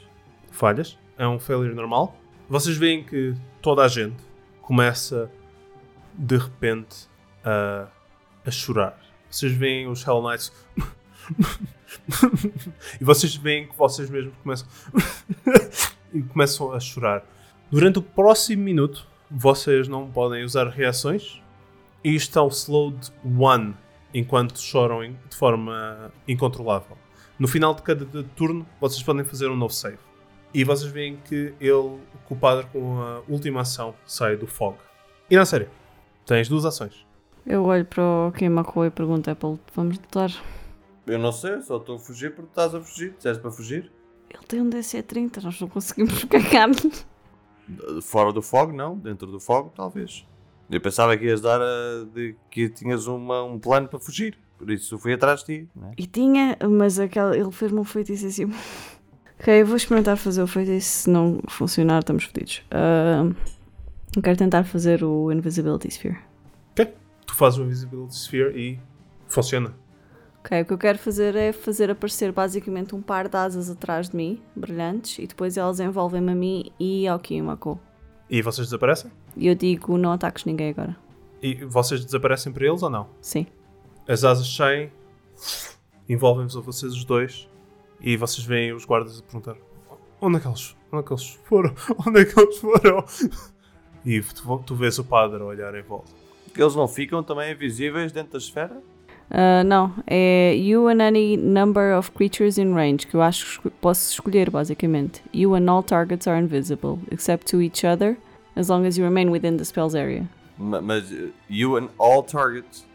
Speaker 2: Falhas. É um failure normal. Vocês veem que toda a gente começa de repente a, a chorar. Vocês veem os Hell Knights. e vocês veem que vocês mesmos começam. e começam a chorar. Durante o próximo minuto, vocês não podem usar reações e estão slowed one enquanto choram em- de forma incontrolável. No final de cada de- turno, vocês podem fazer um novo save. E vocês veem que ele, culpado com a última ação, sai do fog. E na série, tens duas ações.
Speaker 4: Eu olho para o Kimako e pergunto, Apple, vamos lutar?
Speaker 3: Eu não sei, só estou a fugir porque estás a fugir. Disseste para fugir?
Speaker 4: Ele tem um DC 30, nós não conseguimos ganhar.
Speaker 3: Fora do fogo, não. Dentro do fogo, talvez. Eu pensava que ias dar a- de- que tinhas uma- um plano para fugir. Por isso fui atrás de ti. Né?
Speaker 5: E tinha, mas aquela, ele fez-me um feitiço assim. ok, eu vou experimentar fazer o feitiço. Se não funcionar, estamos fodidos. Ah, eu quero tentar fazer o Invisibility Sphere.
Speaker 2: Tu fazes um Invisibility Sphere e funciona.
Speaker 4: Ok, o que eu quero fazer é fazer aparecer basicamente um par de asas atrás de mim, brilhantes, e depois elas envolvem-me a mim e ao Kiyomako.
Speaker 2: E vocês desaparecem?
Speaker 4: E eu digo, não ataques ninguém agora.
Speaker 2: E vocês desaparecem para eles ou não?
Speaker 4: Sim.
Speaker 2: As asas saem, envolvem-vos a vocês os dois e vocês veem os guardas a perguntar onde é que eles, onde é que eles foram? Onde é que eles foram? E tu, tu vês o padre a olhar em volta.
Speaker 3: Eles não ficam também invisíveis dentro da esfera?
Speaker 5: Ah, não, é you and any number of creatures in range, que eu acho que esco- posso escolher basicamente. You and all targets are invisible, except to each other, as long as you remain within the spell's area.
Speaker 3: Ma- Mas eh, you and all targets.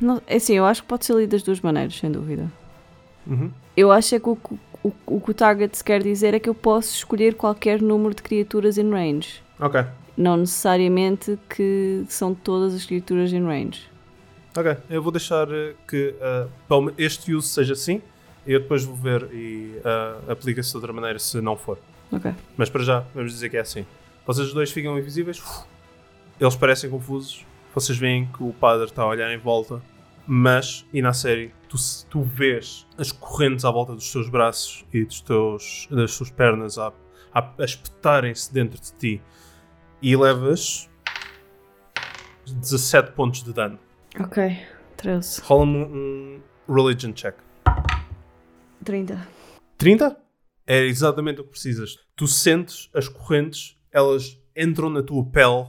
Speaker 5: Não, é assim, eu acho que pode ser lido das duas maneiras, sem dúvida.
Speaker 2: Uhum.
Speaker 5: Eu acho é que o, que- o, o que o target quer dizer é que eu posso escolher qualquer número de criaturas in range.
Speaker 2: Ok,
Speaker 5: Não necessariamente que são todas as criaturas in range.
Speaker 2: ok. Eu vou deixar eh, que ah, pelo me- este uso seja assim e eu depois vou ver e ah, aplica-se de outra maneira se não for.
Speaker 5: Ok.
Speaker 2: Mas para já, vamos dizer que é assim. Vocês os dois ficam invisíveis. Eles parecem confusos. Vocês veem que o padre está a olhar em volta. Mas, e na série, tu, se- tu vês as correntes à volta dos teus braços e dos teus, das tuas pernas a, a, a espetarem-se dentro de ti. E levas 17 pontos de dano.
Speaker 5: Ok. 13.
Speaker 2: Rola-me um religion check.
Speaker 5: 30.
Speaker 2: 30? É exatamente o que precisas. Tu sentes as correntes, elas entram na tua pele,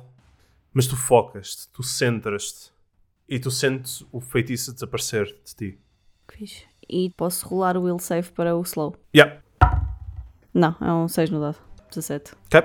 Speaker 2: mas tu focas-te, tu centras-te e tu sentes o feitiço desaparecer de ti.
Speaker 4: Que fixe. E posso rolar o will save para o slow.
Speaker 2: Yeah.
Speaker 5: Não, é um 6 no dado. 17.
Speaker 2: Ok.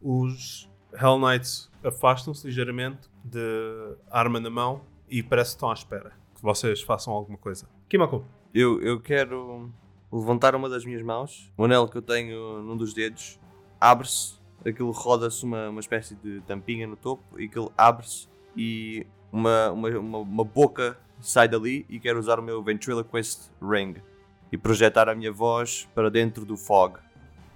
Speaker 2: Os Hell Knights afastam-se ligeiramente de arma na mão e parece que estão à espera que vocês façam alguma coisa. Kimako,
Speaker 3: Eu, eu quero levantar uma das minhas mãos. O anel que eu tenho num dos dedos abre-se, aquilo roda-se uma, uma espécie de tampinha no topo e aquilo abre-se e uma, uma, uma, uma boca sai dali e quero usar o meu Ventriloquist Ring e projetar a minha voz para dentro do fog.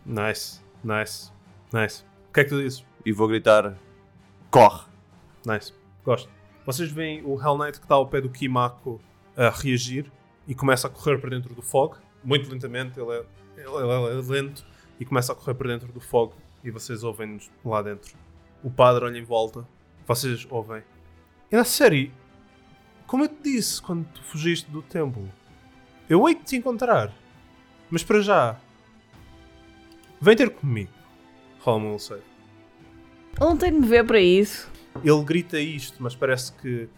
Speaker 2: nice, nice, nice. O que é que tu dizes?
Speaker 3: E vou gritar, corre!
Speaker 2: Nice. Gosto. Vocês veem o Hell Knight que está ao pé do Kimako a reagir e começa a correr para dentro do fog. Muito lentamente, ele é, ele, ele é lento e começa a correr para dentro do fogo e vocês ouvem-nos lá dentro. O padre olha em volta, vocês ouvem. E na série, como eu te disse quando tu fugiste do templo, eu hei de te encontrar. Mas para já, vem ter comigo. Rola-me um save.
Speaker 4: Ontem me vê para isso.
Speaker 2: Ele grita isto, mas parece que,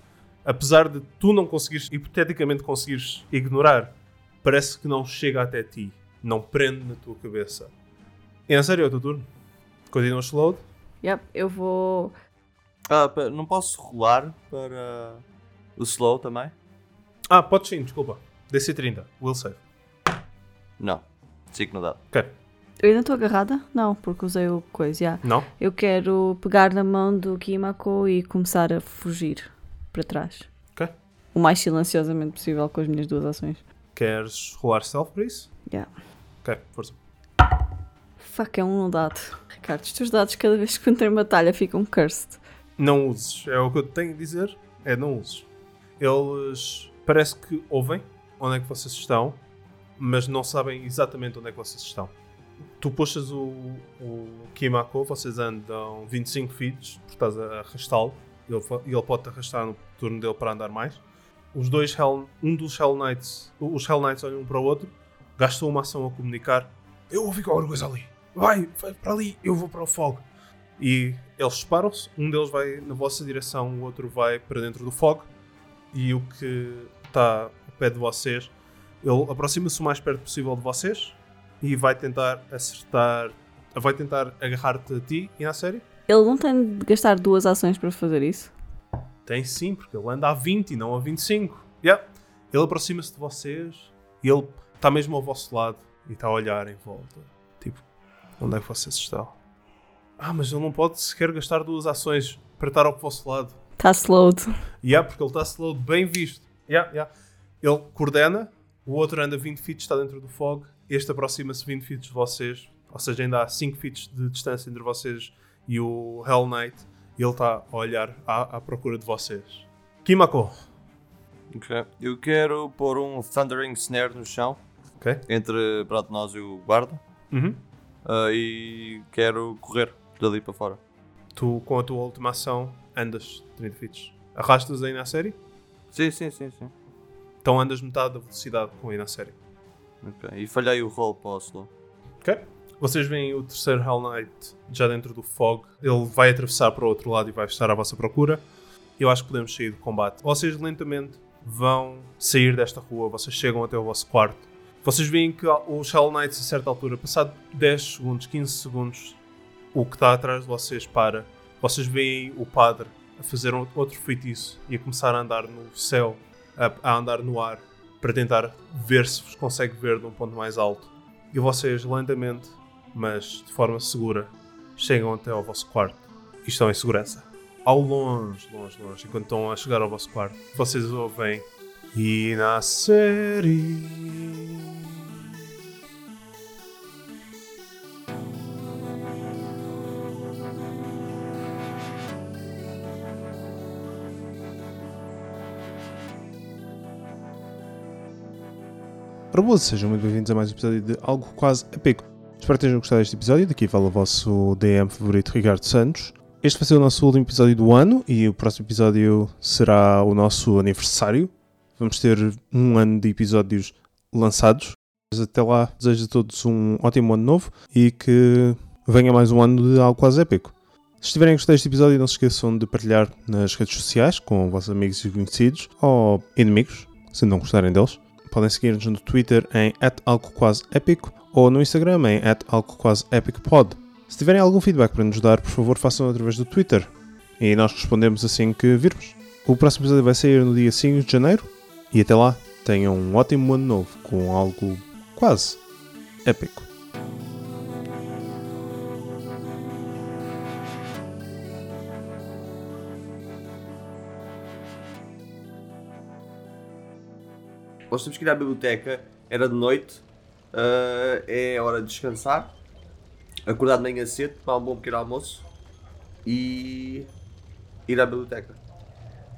Speaker 2: apesar de tu não conseguires, hipoteticamente conseguires ignorar, parece que não chega até ti. Não prende na tua cabeça. E a sério, é o teu turno. Continuas load?
Speaker 4: Yep, eu vou.
Speaker 3: Ah, pa- não posso rolar para o slow também?
Speaker 2: Ah, podes sim, desculpa. DC 30, will save.
Speaker 3: Não, sei que não dá.
Speaker 2: Ok.
Speaker 5: Eu ainda estou agarrada? Não, porque usei o coisa. já.
Speaker 2: Não?
Speaker 5: Eu quero pegar na mão do Kimako e começar a fugir para trás.
Speaker 2: Ok.
Speaker 5: O mais silenciosamente possível com as minhas duas ações.
Speaker 2: Queres rolar stealth para isso?
Speaker 5: Yeah.
Speaker 2: Ok, força.
Speaker 5: Fuck, é um no dado. Ricardo, os teus dados cada vez que entro em batalha ficam cursed.
Speaker 2: Não uses. É o que eu te tenho a dizer. É não uses. Eles parece que ouvem onde é que vocês estão, mas não sabem exatamente onde é que vocês estão. Tu puxas o, o Kimako, vocês andam 25 feet, porque estás a arrastá-lo. Ele, fa- ele pode-te arrastar no turno dele para andar mais. Os dois Hell, um dos Hell Knights, os Hell Knights olham um para o outro, gastam uma ação a comunicar. Eu ouvi qualquer coisa ali. Vai, vai para ali, eu vou para o fogo. E eles separam-se, um deles vai na vossa direção, o outro vai para dentro do fog. E o que está ao pé de vocês, ele aproxima-se o mais perto possível de vocês e vai tentar acertar, vai tentar agarrar-te a ti e na série.
Speaker 5: Ele não tem de gastar duas ações para fazer isso?
Speaker 2: Tem sim, porque ele anda a 20 e não a 25. Yeah. Ele aproxima-se de vocês e ele está mesmo ao vosso lado e está a olhar em volta. Tipo, onde é que vocês estão? Ah, mas ele não pode sequer gastar duas ações para estar ao vosso lado.
Speaker 5: Está Tá slowed.
Speaker 2: Yeah, porque ele está slowed, bem visto. Yeah, yeah. Ele coordena, o outro anda 20 feet, está dentro do fog. Este aproxima-se 20 feet de vocês, ou seja, ainda há 5 feet de distância entre vocês e o Hell Knight. E ele está a olhar à, à procura de vocês. Kimako,
Speaker 3: Ok. Eu quero pôr um Thundering Snare no chão.
Speaker 2: ok?
Speaker 3: Entre, pronto, nós e o guarda.
Speaker 2: Uhum.
Speaker 3: Ah, e quero correr dali para fora.
Speaker 2: Tu, com a tua última ação, andas 30 feet. Arrastas ainda a série?
Speaker 3: Sim, sim, sim, sim.
Speaker 2: Então andas metade da velocidade com a na série.
Speaker 3: Ok. E falhei o roll para o slow.
Speaker 2: Ok. Vocês veem o terceiro Hell Knight já dentro do fog. Ele vai atravessar para o outro lado e vai estar à vossa procura. Eu acho que podemos sair do combate. Vocês lentamente vão sair desta rua. Vocês chegam até o vosso quarto. Vocês veem que os Hell Knights, a certa altura, passado 10 segundos, 15 segundos, o que está atrás de vocês para. Vocês veem o padre a fazer um- outro feitiço e a começar a andar no céu, a, a andar no ar, para tentar ver se vos consegue ver de um ponto mais alto. E vocês, lentamente, mas de forma segura, chegam até ao vosso quarto e estão em segurança. Ao longe, longe, longe, enquanto estão a chegar ao vosso quarto, vocês ouvem. E na série.
Speaker 1: Arboso, sejam muito bem-vindos a mais um episódio de Algo Quase Épico. Espero que tenham gostado deste episódio. Daqui fala o vosso DM favorito, Ricardo Santos. Este vai ser o nosso último episódio do ano e o próximo episódio será o nosso aniversário. Vamos ter um ano de episódios lançados. Mas até lá, desejo a todos um ótimo ano novo e que venha mais um ano de Algo Quase Épico. Se tiverem gostado deste episódio, não se esqueçam de partilhar nas redes sociais com vossos amigos e conhecidos ou inimigos, se não gostarem deles. Podem seguir-nos no Twitter em @algoquaseepico ou no Instagram em @algoquaseepicpod. Se tiverem algum feedback para nos dar, por favor, façam através do Twitter e nós respondemos assim que virmos. O próximo episódio vai sair no dia 5 de janeiro e até lá, tenham um ótimo ano novo com algo quase épico.
Speaker 3: Nós temos que ir à biblioteca. Era de noite. ah, é hora de descansar. Acordar de manhã cedo, tomar um bom pequeno almoço. E ir à biblioteca.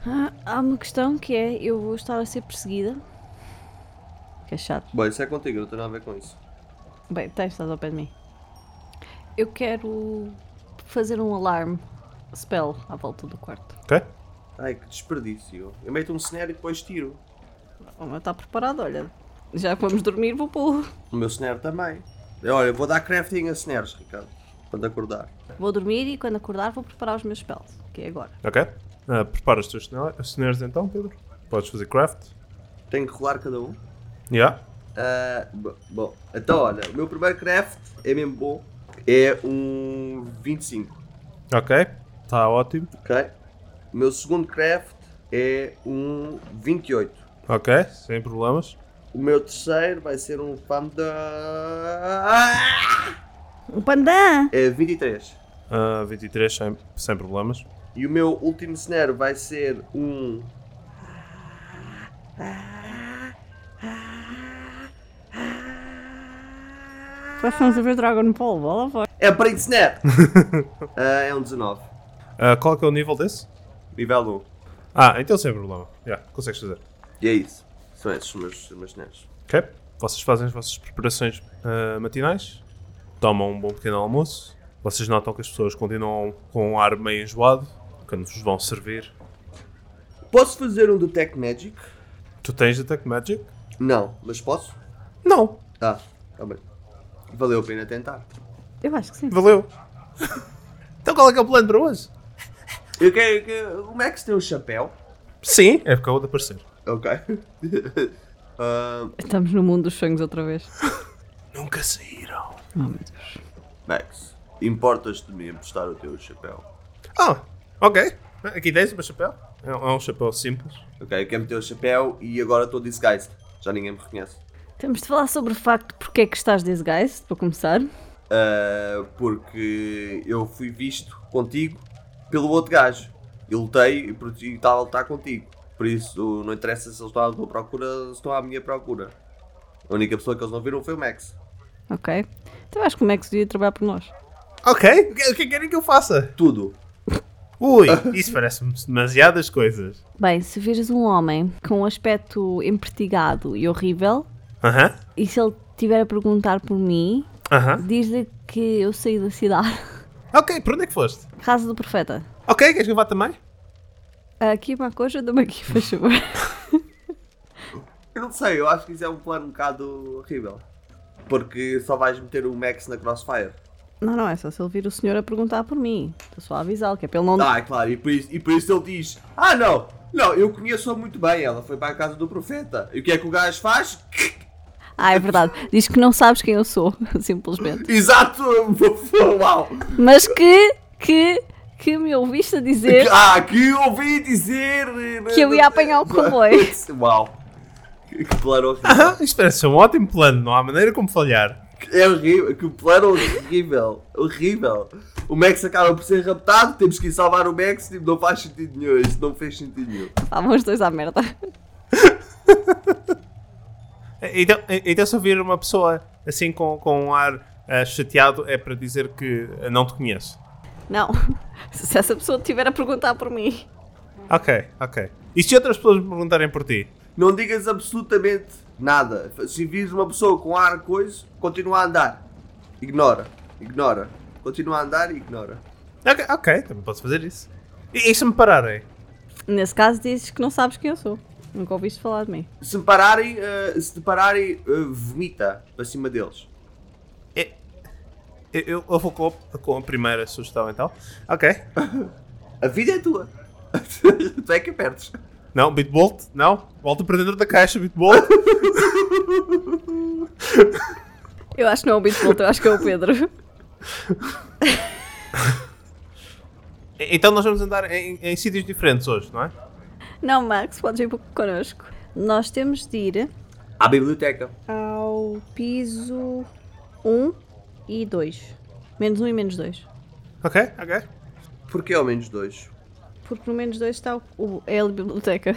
Speaker 5: Ah,
Speaker 4: Há uma questão que é: eu vou estar a ser perseguida. Que é chato.
Speaker 3: Bom, isso é contigo, não tem nada a ver com isso.
Speaker 5: Bem, tens, estás ao pé de mim.
Speaker 4: Eu quero fazer um alarme spell à volta do quarto.
Speaker 2: Ok?
Speaker 3: Ai, que desperdício. Eu meto um cenário e depois tiro.
Speaker 5: O meu está preparado, olha. Já que vamos dormir, vou pô-lo.
Speaker 3: O meu cenário também. Olha, eu vou dar crafting a cenários, Ricardo. Quando acordar.
Speaker 4: Vou dormir e quando acordar vou preparar os meus spells, que é agora.
Speaker 2: Ok. Ah, prepara os teus cene- os cenários então, Pedro. Podes fazer craft.
Speaker 3: Tenho que rolar cada um.
Speaker 2: Yeah.
Speaker 3: Ah, bo- bom, então olha, o meu primeiro craft é mesmo bom. É um 25,
Speaker 2: Ok. Está ótimo.
Speaker 3: ok? O meu segundo craft é um 28.
Speaker 2: Ok. Sem problemas.
Speaker 3: O meu terceiro vai ser um panda. Ah!
Speaker 5: Um pandã!
Speaker 3: É 23.
Speaker 2: Ah, 23 sem, sem problemas.
Speaker 3: E o meu último cenário vai ser um.
Speaker 5: Vamos ver um Dragon Ball, bola vai.
Speaker 3: É para cenário! Ah, é um 19.
Speaker 2: Ah, qual é que é o nível desse?
Speaker 3: Nível
Speaker 2: Ah, então sem problema. Yeah, consegues fazer.
Speaker 3: 1. E é isso. São esses os meus, os meus cenários.
Speaker 2: Ok. Vocês fazem as vossas preparações ah, matinais, tomam um bom pequeno almoço. Vocês notam que as pessoas continuam com um ar meio enjoado quando vos vão servir.
Speaker 3: Posso fazer um Detect Magic?
Speaker 2: Tu tens Detect Magic?
Speaker 3: Não, mas posso?
Speaker 2: Não.
Speaker 3: Ah, tá bem. Valeu a pena tentar.
Speaker 5: Eu acho que sim.
Speaker 2: Valeu. então qual é que é o plano para hoje?
Speaker 3: Eu quero, eu quero- O Max tem um chapéu.
Speaker 2: Sim. É porque acabou de aparecer.
Speaker 3: Ok. Ah,
Speaker 5: Estamos no mundo dos sonhos outra vez.
Speaker 2: Nunca saíram.
Speaker 5: Oh, meu Deus.
Speaker 3: Max, importas de me emprestar o teu chapéu?
Speaker 2: Ah, ok. Aqui tens o meu chapéu. É um, é um chapéu simples.
Speaker 3: Ok, eu quero meter o chapéu e agora estou disguised. Já ninguém me reconhece.
Speaker 4: Temos de falar sobre o facto de porque é que estás disguised, para começar.
Speaker 3: ah, porque eu fui visto contigo pelo outro gajo. E lutei e protegi- e estava a lutar contigo. Por isso, não interessa se eles estão à tua procura se estão à minha procura. A única pessoa que eles não viram foi o Max.
Speaker 5: Ok? Então acho que o Max devia trabalhar por nós.
Speaker 2: Ok, o que, o que querem que eu faça?
Speaker 3: Tudo.
Speaker 2: Ui, isso parece-me demasiadas coisas.
Speaker 5: Bem, se vires um homem com um aspecto empertigado e horrível,
Speaker 2: Aham,
Speaker 5: e se ele estiver a perguntar por mim,
Speaker 2: aham.
Speaker 5: diz-lhe que eu saí da cidade.
Speaker 2: Ok, por onde é que foste?
Speaker 5: Casa do Profeta.
Speaker 2: Ok, queres que eu vá também?
Speaker 5: Aqui uma coisa, dá-me aqui, faz favor.
Speaker 3: Eu não sei, eu acho que isso é um plano um bocado horrível. Porque só vais meter o Max na Crossfire.
Speaker 5: Não, não, é só se ele vir o senhor a perguntar por mim. Estou só a avisá-lo, que é pelo não.
Speaker 3: Ah, é claro, e por, isso, e por isso ele diz: Ah, não, não, eu conheço-a muito bem, ela foi para a casa do profeta. E o que é que o gajo faz?
Speaker 5: Ah, é verdade. Diz que não sabes quem eu sou, simplesmente.
Speaker 3: Exato! Uau!
Speaker 5: Mas que, que, que me ouviste a dizer
Speaker 3: Ah, que ouvi dizer! eh,
Speaker 5: que eu ia apanhar o comboio.
Speaker 3: Uau! Que que plano horrível!
Speaker 2: Aham, isto parece ser um ótimo plano, não há maneira como falhar.
Speaker 3: É horrível, que plano horrível! Horrível! O Max acaba por ser raptado, temos que ir salvar o Max, tipo, não faz sentido nenhum, isso não fez sentido nenhum.
Speaker 5: Estavam "Ah, os dois à merda.
Speaker 2: Então, então se ouvir uma pessoa assim com, com um ar ah, chateado é para dizer que ah, não te conheço.
Speaker 5: Não. Se essa pessoa estiver a perguntar por mim.
Speaker 2: Ok, ok. E se outras pessoas me perguntarem por ti?
Speaker 3: Não digas absolutamente nada. Se vires uma pessoa com ar coisa, continua a andar. Ignora. Ignora. Continua a andar e ignora.
Speaker 2: Ok, ok, também posso fazer isso. E, e se me pararem?
Speaker 5: Nesse caso, dizes que não sabes quem eu sou. Nunca ouviste falar de mim.
Speaker 3: Se me pararem, eh, se te pararem, eh, vomita para cima deles.
Speaker 2: Eu, eu- eu vou com a, com a primeira sugestão então. Ok.
Speaker 3: A vida é tua. tu é que perdes.
Speaker 2: Não, Bitbolt, não. Volta para dentro da caixa, Bitbolt.
Speaker 5: Eu acho que não é o Bitbolt, eu acho que é o Pedro.
Speaker 2: E- então nós vamos andar em, em sítios diferentes hoje, não é?
Speaker 5: Não, Max, podes ir connosco. Nós temos de ir
Speaker 3: À biblioteca.
Speaker 5: ao piso 1 e 2. Menos 1 e menos 2.
Speaker 2: Ok, ok.
Speaker 3: Porquê ao menos dois?
Speaker 5: Porque no menos 2 está o, o- é a biblioteca.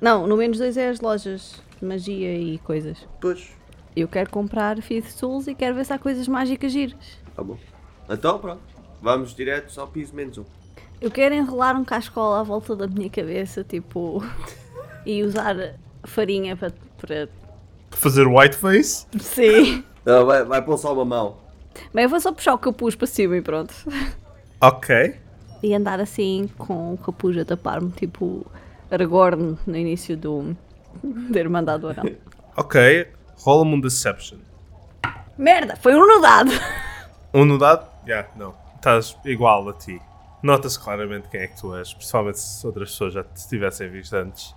Speaker 5: Não, no menos 2 é as lojas de magia e coisas.
Speaker 3: Pois.
Speaker 5: Eu quero comprar Fifth Tools e quero ver se há coisas mágicas giras.
Speaker 3: Tá bom. Então pronto. Vamos direto ao piso menos um.
Speaker 5: Eu quero enrolar um cascola à volta da minha cabeça, tipo. e usar farinha para. para...
Speaker 2: Fazer whiteface?
Speaker 5: Sim.
Speaker 3: Ah, vai, vai pôr só uma mão.
Speaker 5: Bem, eu vou só puxar o capuz para cima e pronto.
Speaker 2: Ok.
Speaker 5: E andar assim com o capuz a tapar-me, tipo. Aragorn no início do. da Irmandade do Anel.
Speaker 2: Ok. Rola-me um Deception.
Speaker 5: Merda, foi um nudado!
Speaker 2: Um no dado? Já, não. Estás igual a ti. Nota-se claramente quem é que tu és, principalmente se outras pessoas já te tivessem visto antes.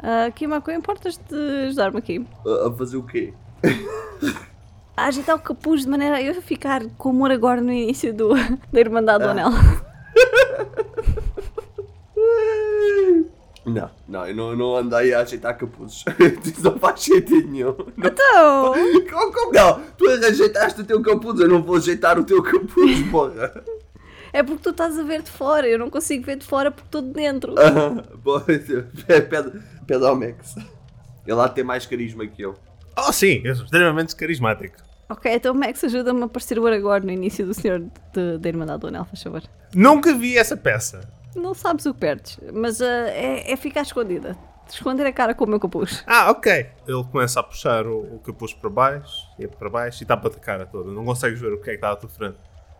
Speaker 5: Ah, Kimako, importas de ajudar-me aqui?
Speaker 3: Ah, a fazer o quê?
Speaker 5: tá A agitar o capuz de maneira a eu ficar com o humor agora no início do, da Irmandade do Anel.
Speaker 3: Não, não, eu não, eu não andei a ajeitar capuzes. Isso não faz sentido nenhum. Não
Speaker 5: Então,
Speaker 3: Como, como não? Tu ajeitaste o teu capuz, eu não vou ajeitar o teu capuz, porra.
Speaker 5: é porque tu estás a ver de fora, eu não consigo ver de fora porque estou de dentro.
Speaker 3: Ah, boa, pede, pede ao Max. Ele há de ter mais carisma que eu.
Speaker 2: Oh, sim, eu sou extremamente carismático.
Speaker 5: Ok, então Max ajuda-me a parecer o Aragorn no início do Senhor de- da Irmandade do Anel, faz favor.
Speaker 2: Nunca vi essa peça.
Speaker 5: Não sabes o que perdes, mas ah, é, é ficar escondida. Esconder a cara com o meu capuz.
Speaker 2: Ah, ok. Ele começa a puxar o, o capuz para baixo, e é para baixo, e tapa a cara toda. Não consegues ver o que é que está à tua frente.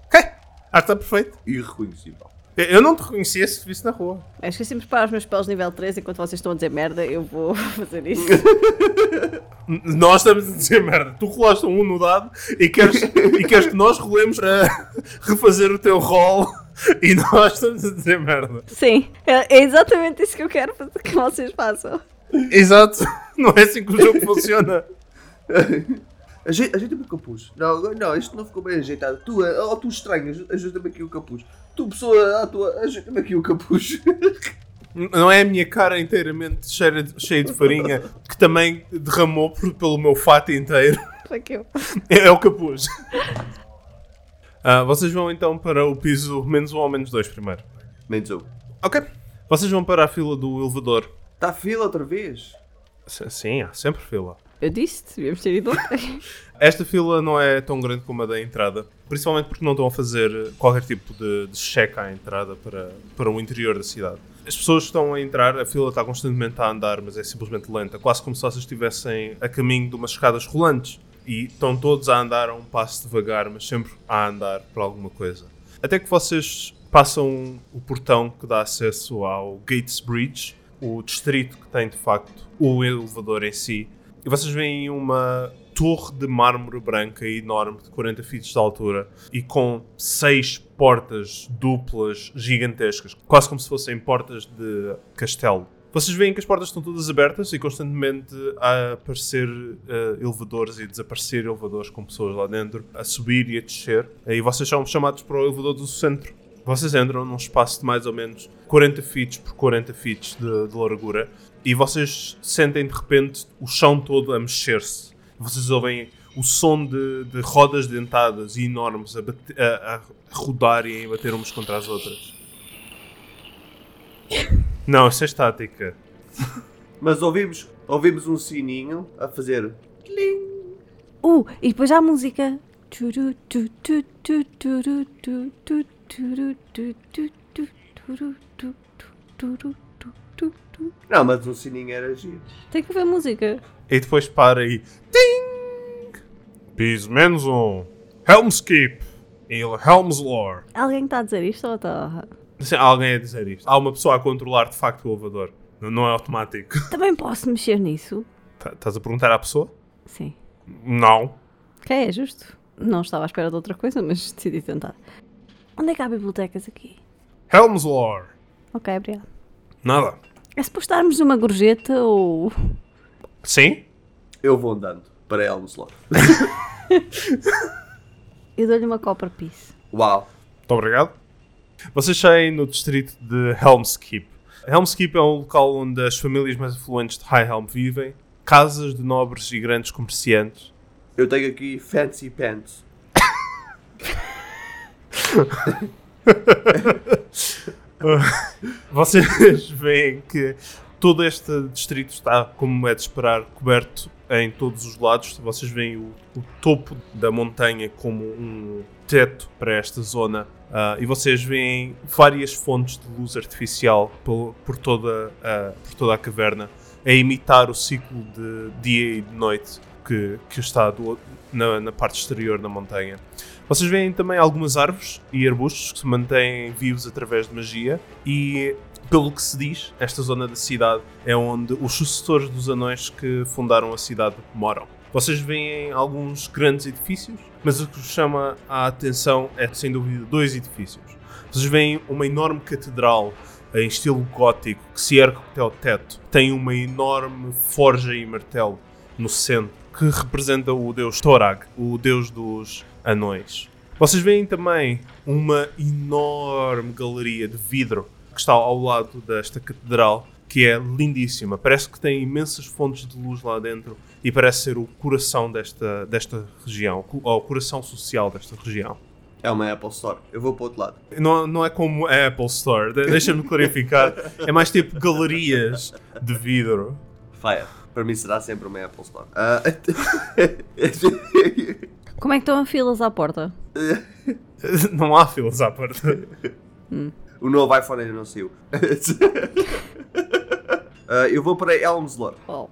Speaker 2: Ok, acho que está perfeito.
Speaker 3: Irreconhecível.
Speaker 2: Eu- Eu não te reconhecia se te visse na rua.
Speaker 5: Eu esqueci-me de preparar os meus pelos nível 3 enquanto vocês estão a dizer merda, eu vou fazer isso.
Speaker 2: N- Nós estamos a dizer merda. Tu rolaste um no dado e queres, e queres que nós rolemos a refazer o teu rol e nós estamos a dizer merda.
Speaker 5: Sim, é, é exatamente isso que eu quero fazer- que vocês façam.
Speaker 2: Exato. Não é assim que o jogo funciona.
Speaker 3: Ajeita- Ajeita-me o capuz. Não, agora- não, isto não ficou bem ajeitado. Tu, oh, tu estranho, aju- ajuda-me aqui o capuz. Tu, pessoa, ah, tu, ajuda-me aqui o capuz.
Speaker 2: N- Não é a minha cara inteiramente cheia de, cheia de farinha que também derramou por- pelo meu fato inteiro.
Speaker 5: Raquel.
Speaker 2: É, é o capuz. Ah, vocês vão então para o piso menos um ou menos dois primeiro.
Speaker 3: Menos um.
Speaker 2: Ok. Vocês vão para a fila do elevador.
Speaker 3: Está Tá fila outra vez?
Speaker 2: S- Sim, há sempre fila.
Speaker 5: Eu disse, devíamos ter ido ontem.
Speaker 2: Esta fila não é tão grande como a da entrada, principalmente porque não estão a fazer qualquer tipo de, de check à entrada para, para o interior da cidade. As pessoas estão a entrar, a fila está constantemente a andar, mas é simplesmente lenta, quase como se vocês estivessem a caminho de umas escadas rolantes. E estão todos a andar a um passo devagar, mas sempre a andar para alguma coisa. Até que vocês passam o portão que dá acesso ao Gates Bridge, o distrito que tem de facto o elevador em si, e vocês veem uma torre de mármore branca enorme, de 40 feet de altura, e com seis portas duplas gigantescas, quase como se fossem portas de castelo. Vocês veem que as portas estão todas abertas e constantemente a aparecer eh, elevadores e desaparecer elevadores com pessoas lá dentro, a subir e a descer. E vocês são chamados para o elevador do centro. Vocês entram num espaço de mais ou menos 40 feet por 40 feet de, de largura e vocês sentem de repente o chão todo a mexer-se. Vocês ouvem o som de, de rodas dentadas e enormes a, bate- a- a rodar e a bater umas contra as outras. Não, isso é estática.
Speaker 3: Mas ouvimos, ouvimos um sininho a fazer.
Speaker 4: Uh, e depois há a música. Turu, tu, tu, tu, turu, tu, tu, turu, tu, tu, tu, turu, tu, tu, turu, tu, tu, tu.
Speaker 3: Não, mas um sininho era giro.
Speaker 5: Tem que ver música.
Speaker 2: E depois para e. Ting! Piso menos um. Helmskip. E Helmslore.
Speaker 4: Alguém está a dizer isto ou está.
Speaker 2: Assim, há alguém a dizer isto. Há uma pessoa a controlar de facto o elevador. Não- Não é automático.
Speaker 4: Também posso mexer nisso?
Speaker 2: Tá- Estás a perguntar à pessoa?
Speaker 5: Sim.
Speaker 2: Não.
Speaker 5: Ok, é justo. Não estava à espera de outra coisa, mas decidi tentar.
Speaker 4: Onde é que há bibliotecas aqui?
Speaker 2: Helmslore.
Speaker 5: Ok, obrigado.
Speaker 2: Nada.
Speaker 5: É se postarmos numa gorjeta ou.
Speaker 2: Sim?
Speaker 3: Eu vou andando para Elmslot.
Speaker 5: Eu dou-lhe uma copper piece.
Speaker 3: Uau.
Speaker 2: Muito obrigado. Vocês saem no distrito de Helm's Keep. Helm's Keep é um local onde as famílias mais afluentes de High Helm vivem, casas de nobres e grandes comerciantes.
Speaker 3: Eu tenho aqui Fancy Pants.
Speaker 2: Vocês veem que todo este distrito está, como é de esperar, coberto em todos os lados. Vocês veem o, o topo da montanha como um teto para esta zona. Ah, e vocês veem várias fontes de luz artificial pelo- por, toda a, por toda a caverna a imitar o ciclo de dia e de noite que, que está do outro- na, na parte exterior da montanha. Vocês veem também algumas árvores e arbustos que se mantêm vivos através de magia e pelo que se diz, esta zona da cidade é onde os sucessores dos anões que fundaram a cidade moram. Vocês veem alguns grandes edifícios, mas o que vos chama a atenção é, sem dúvida, dois edifícios. Vocês veem uma enorme catedral em estilo gótico que se ergue até ao teto. Tem uma enorme forja e martelo no centro que representa o deus Torag, o deus dos anões. Vocês veem também uma enorme galeria de vidro que está ao lado desta catedral, que é lindíssima. Parece que tem imensas fontes de luz lá dentro e parece ser o coração desta, desta região, cu- ou o coração social desta região.
Speaker 3: É uma Apple Store. Eu vou para o outro lado.
Speaker 2: Não, não é como a Apple Store, de- deixa-me clarificar. É mais tipo galerias de vidro.
Speaker 3: Fire. Para mim será sempre uma Apple Store. Ah,
Speaker 5: Como é que estão a filas à porta?
Speaker 2: Não há filas à parte.
Speaker 3: o novo iPhone ainda não saiu. Ah, eu vou para Elmslot.
Speaker 5: Oh.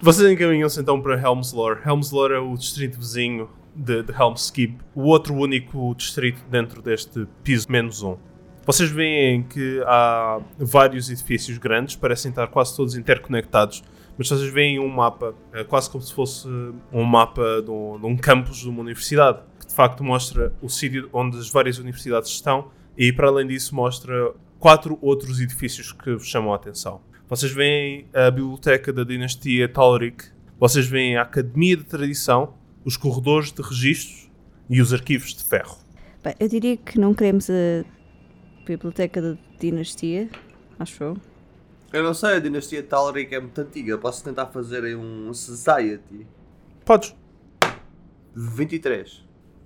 Speaker 2: Vocês encaminham-se então para Helmslore. Helmslore é o distrito vizinho de, de Helm's Keep, o outro único distrito dentro deste piso menos um. Vocês veem que há vários edifícios grandes, parecem estar quase todos interconectados, mas vocês veem um mapa, eh, quase como se fosse um mapa de um, de um campus de uma universidade, que de facto mostra o sítio onde as várias universidades estão e, para além disso, mostra quatro outros edifícios que vos chamam a atenção. Vocês veem a biblioteca da dinastia Talric, vocês veem a Academia de Tradição, os corredores de registros e os arquivos de ferro.
Speaker 5: Bem, eu diria que não queremos a biblioteca da dinastia, acho eu.
Speaker 3: Eu não sei, a dinastia Talric é muito antiga. Posso tentar fazer aí um Society.
Speaker 2: Podes.
Speaker 3: 23.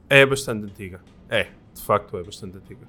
Speaker 2: É bastante antiga. É, de facto é bastante antiga.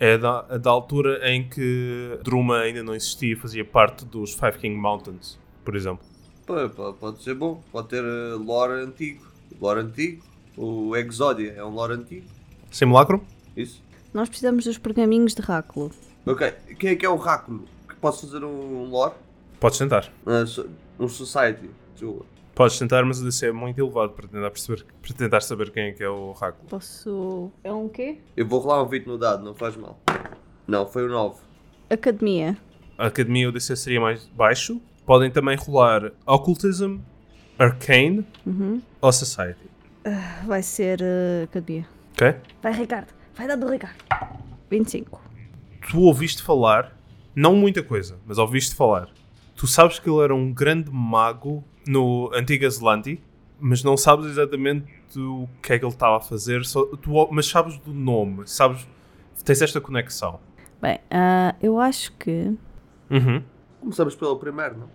Speaker 2: É da, da altura em que Druma ainda não existia, fazia parte dos Five King Mountains, por exemplo.
Speaker 3: Pô, pô, Pode ser bom, pode ter eh, lore antigo. Lore antigo. O Exodia é um lore antigo.
Speaker 2: Simulacro?
Speaker 3: Isso.
Speaker 4: Nós precisamos dos pergaminhos de Ráculo.
Speaker 3: Ok, quem é que é o Ráculo? Que Posso fazer um lore?
Speaker 2: Podes tentar.
Speaker 3: Ah, so- um Society. Desculpa.
Speaker 2: Podes tentar, mas o DC é muito elevado para tentar, perceber, para tentar saber quem é que é o oráculo.
Speaker 4: Posso.
Speaker 5: É um quê?
Speaker 3: Eu vou rolar um 20 no dado, não faz mal. Não, foi o 9.
Speaker 5: Academia.
Speaker 2: A academia o DC seria mais baixo. Podem também rolar Occultism, Arcane ou Society.
Speaker 5: Vai ser eh, academia.
Speaker 2: Ok?
Speaker 4: Vai, Ricardo! Vai dar do Ricardo!
Speaker 5: 25.
Speaker 2: tu ouviste falar, não muita coisa, mas ouviste falar. Tu sabes que ele era um grande mago no Antiga Zelândia, mas não sabes exatamente o que é que ele estava a fazer, só- tu- mas sabes do nome, sabes, tens esta conexão.
Speaker 5: Bem, ah, eu acho que.
Speaker 2: Uhum.
Speaker 3: Começamos pelo primeiro, não?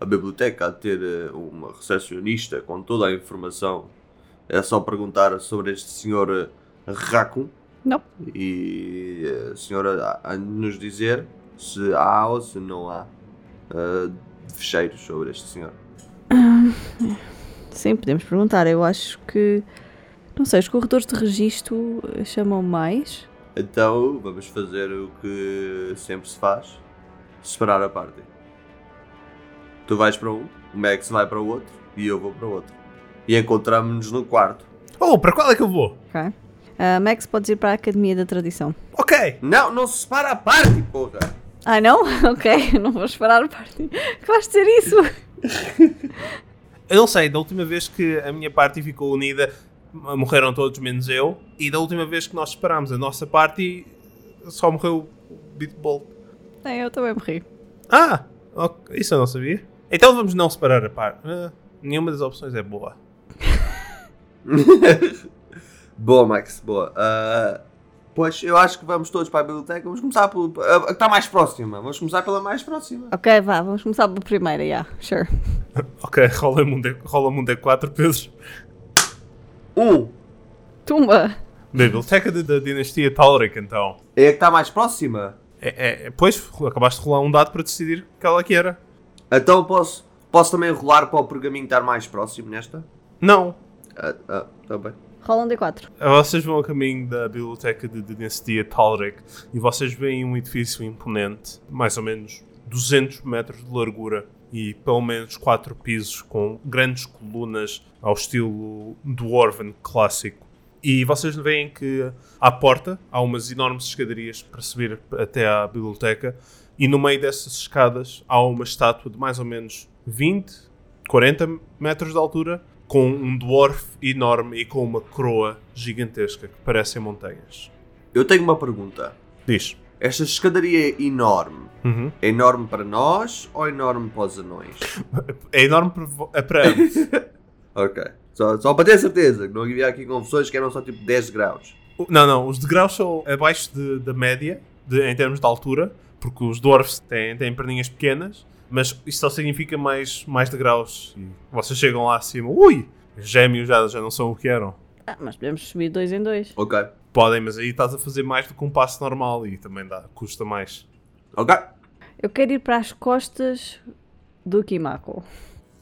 Speaker 3: A biblioteca há de ter eh, uma recepcionista com toda a informação. É só perguntar sobre este senhor eh, Raccoon.
Speaker 5: Não.
Speaker 3: E eh, a senhora há- há de nos dizer se há ou se não há eh, fecheiros sobre este senhor.
Speaker 5: Sim, podemos perguntar. Eu acho que. Não sei, os corredores de registro eh, chamam mais.
Speaker 3: Então vamos fazer o que sempre se faz: separar a parte. Tu vais para um, o Max vai para o outro e eu vou para o outro. E encontramos-nos no quarto.
Speaker 2: Oh, para qual é que eu vou?
Speaker 5: Ok. Ah, Max, podes ir para a Academia da Tradição.
Speaker 2: Ok!
Speaker 3: Não, não se separa a parte, porra!
Speaker 5: Ah, não? Ok, não vou esperar a parte. Que vais dizer isso?
Speaker 2: Eu não sei, da última vez que a minha party ficou unida, m- morreram todos menos eu, e da última vez que nós separámos a nossa party, só morreu o Bitbolt.
Speaker 5: Não, eu também morri.
Speaker 2: Ah, ok, isso eu não sabia. Então vamos não separar a par. Ah, nenhuma das opções é boa.
Speaker 3: Boa, Max, boa. Ah, pois eu acho que vamos todos para a biblioteca. Vamos começar pelo. a- a que está mais próxima. Vamos começar pela mais próxima.
Speaker 5: Ok, vá, vamos começar pela primeira, já. Sure.
Speaker 2: Ok, rola-me um, D, rola-me um D4, Pedro.
Speaker 3: Um.
Speaker 5: Tumba!
Speaker 2: Biblioteca da- da dinastia Tauric, então.
Speaker 3: É a que está mais próxima.
Speaker 2: É, é- é- pois, acabaste de rolar um dado para decidir qual é que era.
Speaker 3: Então posso, posso também rolar para o pergaminho estar mais próximo nesta?
Speaker 2: Não.
Speaker 3: Ah, ah, tá bem.
Speaker 5: Rola um D4.
Speaker 2: Eh, Vocês vão a caminho da biblioteca da dinastia Tauric e vocês veem um edifício imponente, mais ou menos 200 metros de largura e pelo menos 4 pisos com grandes colunas ao estilo Dwarven clássico. E vocês veem que à porta há umas enormes escadarias para subir até à biblioteca e no meio dessas escadas há uma estátua de mais ou menos 20, 40 metros de altura, com um dwarf enorme e com uma coroa gigantesca que parecem montanhas.
Speaker 3: Eu tenho uma pergunta.
Speaker 2: Diz.
Speaker 3: Esta escadaria é enorme.
Speaker 2: Uhum.
Speaker 3: É enorme para nós ou é enorme para os anões?
Speaker 2: É enorme para vo- é para ambos.
Speaker 3: ok. Só, só para ter certeza que não havia aqui confusões que eram só tipo 10 graus.
Speaker 2: O- Não, não, os degraus são abaixo de- da média de- em termos de altura, porque os dwarfs têm, têm perninhas pequenas, mas isso só significa mais, mais degraus. E vocês chegam lá acima, ui, gêmeos já, já não são o que eram.
Speaker 5: Ah, mas podemos subir dois em dois.
Speaker 3: Ok.
Speaker 2: Podem, mas aí estás a fazer mais do que um passo normal e também dá, custa mais.
Speaker 3: Ok.
Speaker 5: Eu quero ir para as costas do Kimako.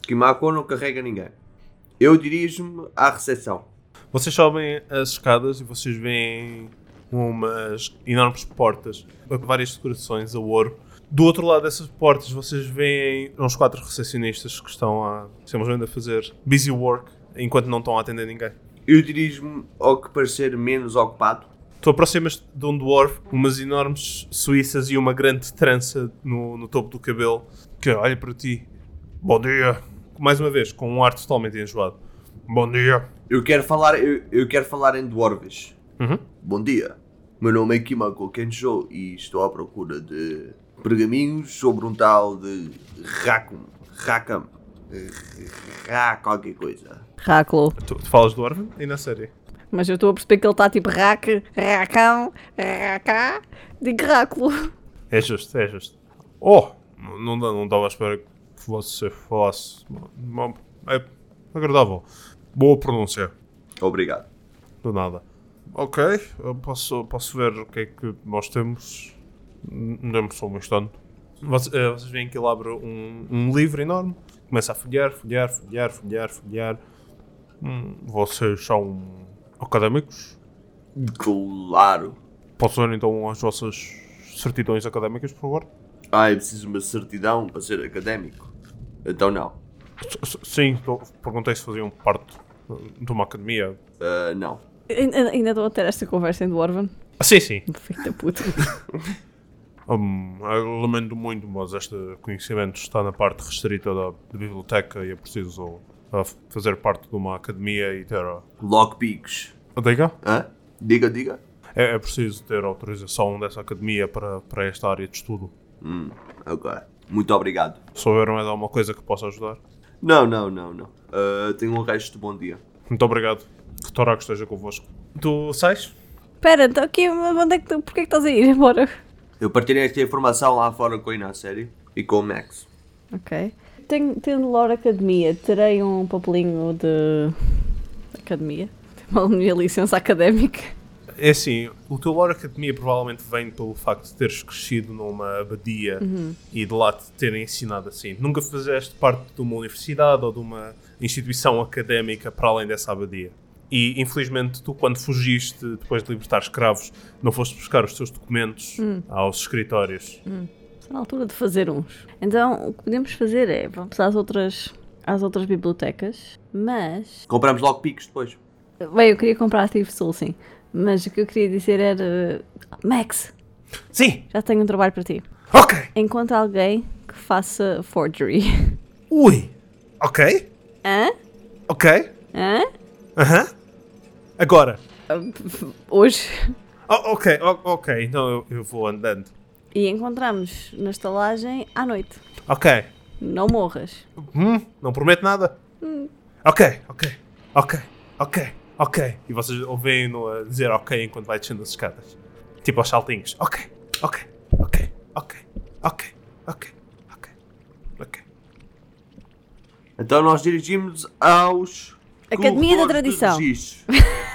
Speaker 3: Kimako não carrega ninguém. Eu dirijo-me à recepção.
Speaker 2: Vocês sobem as escadas e vocês veem umas enormes portas com várias decorações a ouro. Do outro lado dessas portas vocês veem uns quatro recepcionistas que estão a, simplesmente a fazer busy work enquanto não estão a atender ninguém.
Speaker 3: Eu dirijo-me ao que parecer menos ocupado.
Speaker 2: Tu aproximas de um dwarf, umas enormes suíças e uma grande trança no, no topo do cabelo que olha para ti. Bom dia. Mais uma vez, com um ar totalmente enjoado. Bom dia.
Speaker 3: Eu quero falar, eu, eu quero falar em dwarves.
Speaker 2: Uhum.
Speaker 3: Bom dia. Meu nome é Kimako Kenjo e estou à procura de pergaminhos sobre um tal de Rakum. Rakam. Ra qualquer coisa.
Speaker 5: Ráculo.
Speaker 2: Tu, tu falas dwarf e na série.
Speaker 5: Mas eu estou a perceber que ele está tipo rac, racão, racá. Digo Ráculo.
Speaker 2: É justo, é justo. Oh, não- não dá- não estava à espera que você falasse. Bom, É agradável. Boa pronúncia.
Speaker 3: Obrigado.
Speaker 2: do nada. Ok, eu posso, posso ver o que é que nós temos. N- Dê-me só um instante. Vocês, vocês veem que ele abre um, um livro enorme, começa a folhear, folhear, folhear, folhear, folhear. Hum, vocês são académicos?
Speaker 3: Claro.
Speaker 2: Posso ver então as vossas certidões académicas, por favor?
Speaker 3: Ah, eu preciso de uma certidão para ser académico. Então não.
Speaker 2: S- s- Sim, tô- perguntei se faziam parte uh, de uma academia.
Speaker 3: Ah, não.
Speaker 5: Ainda, ainda estão a ter esta conversa em Dwarven?
Speaker 2: Ah, sim, sim.
Speaker 5: Feita puta.
Speaker 2: Hum, eu lamento muito, mas este conhecimento está na parte restrita da, da biblioteca e é preciso ah, f- fazer parte de uma academia e ter. a-
Speaker 3: Lockpicks.
Speaker 2: Ah, Diga?
Speaker 3: Hã? Diga, diga.
Speaker 2: É, é preciso ter autorização dessa academia para, para esta área de estudo.
Speaker 3: Ok. Muito obrigado.
Speaker 2: Se houver mais alguma coisa que possa ajudar.
Speaker 3: Não, não, não, não. Ah, tenho um resto de bom dia.
Speaker 2: Muito obrigado. Que Toraco esteja convosco. Tu sais?
Speaker 5: Espera, então aqui, mas onde é que tu, porquê que estás a ir embora?
Speaker 3: Eu partilhei esta informação lá fora com a Inácio e com o Max.
Speaker 5: Ok. Tenho, tendo Lore Academia, terei um papelinho de. Academia? Tenho a minha licença académica.
Speaker 2: É assim, o teu lore academia provavelmente vem pelo facto de teres crescido numa abadia e de lá te terem ensinado assim. Nunca fizeste parte de uma universidade ou de uma instituição académica para além dessa abadia. E infelizmente tu, quando fugiste depois de libertar escravos, não foste buscar os teus documentos aos escritórios.
Speaker 5: Está na altura de fazer uns. Então, o que podemos fazer é. Vamos às outras. às outras bibliotecas, mas.
Speaker 3: Compramos lockpicks depois.
Speaker 5: Bem, eu queria comprar Steve Soul, sim. Mas o que eu queria dizer era. Max,
Speaker 2: Sim!
Speaker 5: já tenho um trabalho para ti.
Speaker 2: Ok!
Speaker 5: Encontra alguém que faça forgery.
Speaker 2: Ui! Ok!
Speaker 5: Hã?
Speaker 2: Ok!
Speaker 5: Hã?
Speaker 2: Aham! Agora!
Speaker 5: Hoje.
Speaker 2: Oh, ok, oh, ok, então eu, eu vou andando.
Speaker 5: E encontramos na estalagem à noite.
Speaker 2: Ok.
Speaker 5: Não morras.
Speaker 2: Hum, não prometo nada. Ok, ok, ok, ok, ok. E vocês ouvem-no a dizer ok enquanto vai descendo as escadas. Tipo aos saltinhos. Ok, ok, ok, ok, ok, ok, ok, ok.
Speaker 3: Então nós dirigimos aos.
Speaker 5: Academia da
Speaker 3: corredores de
Speaker 5: Tradição.
Speaker 3: registros.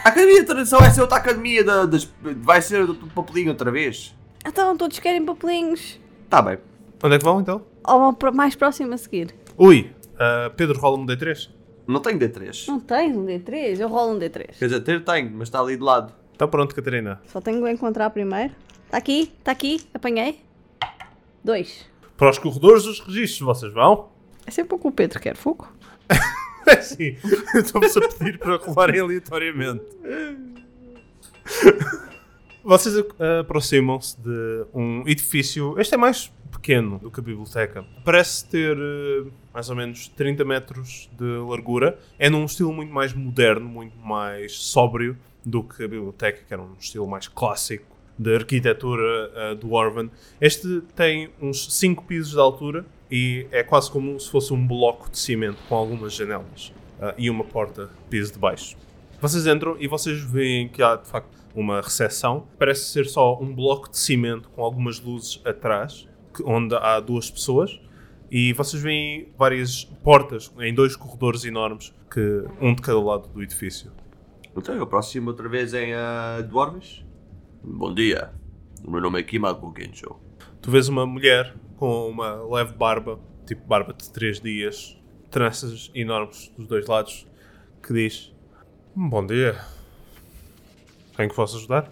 Speaker 3: A Academia da Tradição vai ser outra academia da- das. Vai ser do do papelinho outra vez.
Speaker 5: Então todos querem papelinhos.
Speaker 3: Tá bem.
Speaker 2: Onde é que vão então?
Speaker 5: Ou uma pro- mais próximo a seguir.
Speaker 2: Ui, ah, Pedro rola um D3.
Speaker 3: Não tenho D3.
Speaker 5: Não tens um D3? Eu rolo um D3.
Speaker 3: Quer dizer, ter tenho, mas está ali de lado.
Speaker 2: Está Tá pronto, Catarina.
Speaker 5: Só tenho que encontrar primeiro. Está aqui, está aqui, apanhei. Dois.
Speaker 2: Para os corredores dos registros, vocês vão?
Speaker 5: É sempre o que o Pedro quer, fogo.
Speaker 2: É sim, estou-vos a pedir para rolarem aleatoriamente. Vocês ah, aproximam-se de um edifício. Este é mais pequeno do que a biblioteca. Parece ter eh, mais ou menos 30 metros de largura. É num estilo muito mais moderno, muito mais sóbrio do que a biblioteca, que era um estilo mais clássico da arquitetura ah, do Orvan. Este tem uns 5 pisos de altura e é quase como se fosse um bloco de cimento com algumas janelas ah, e uma porta piso de baixo. Vocês entram e vocês veem que há de facto uma recepção. Parece ser só um bloco de cimento com algumas luzes atrás, que- onde há duas pessoas. E vocês veem várias portas em dois corredores enormes, que um de cada lado do edifício.
Speaker 3: Então eu aproximo outra vez em uh, Dwarves. Bom dia. O meu nome é Kimako Kensho.
Speaker 2: Tu vês uma mulher com uma leve barba, tipo barba de três dias, tranças enormes dos dois lados, que diz: Bom dia. Quem que posso ajudar?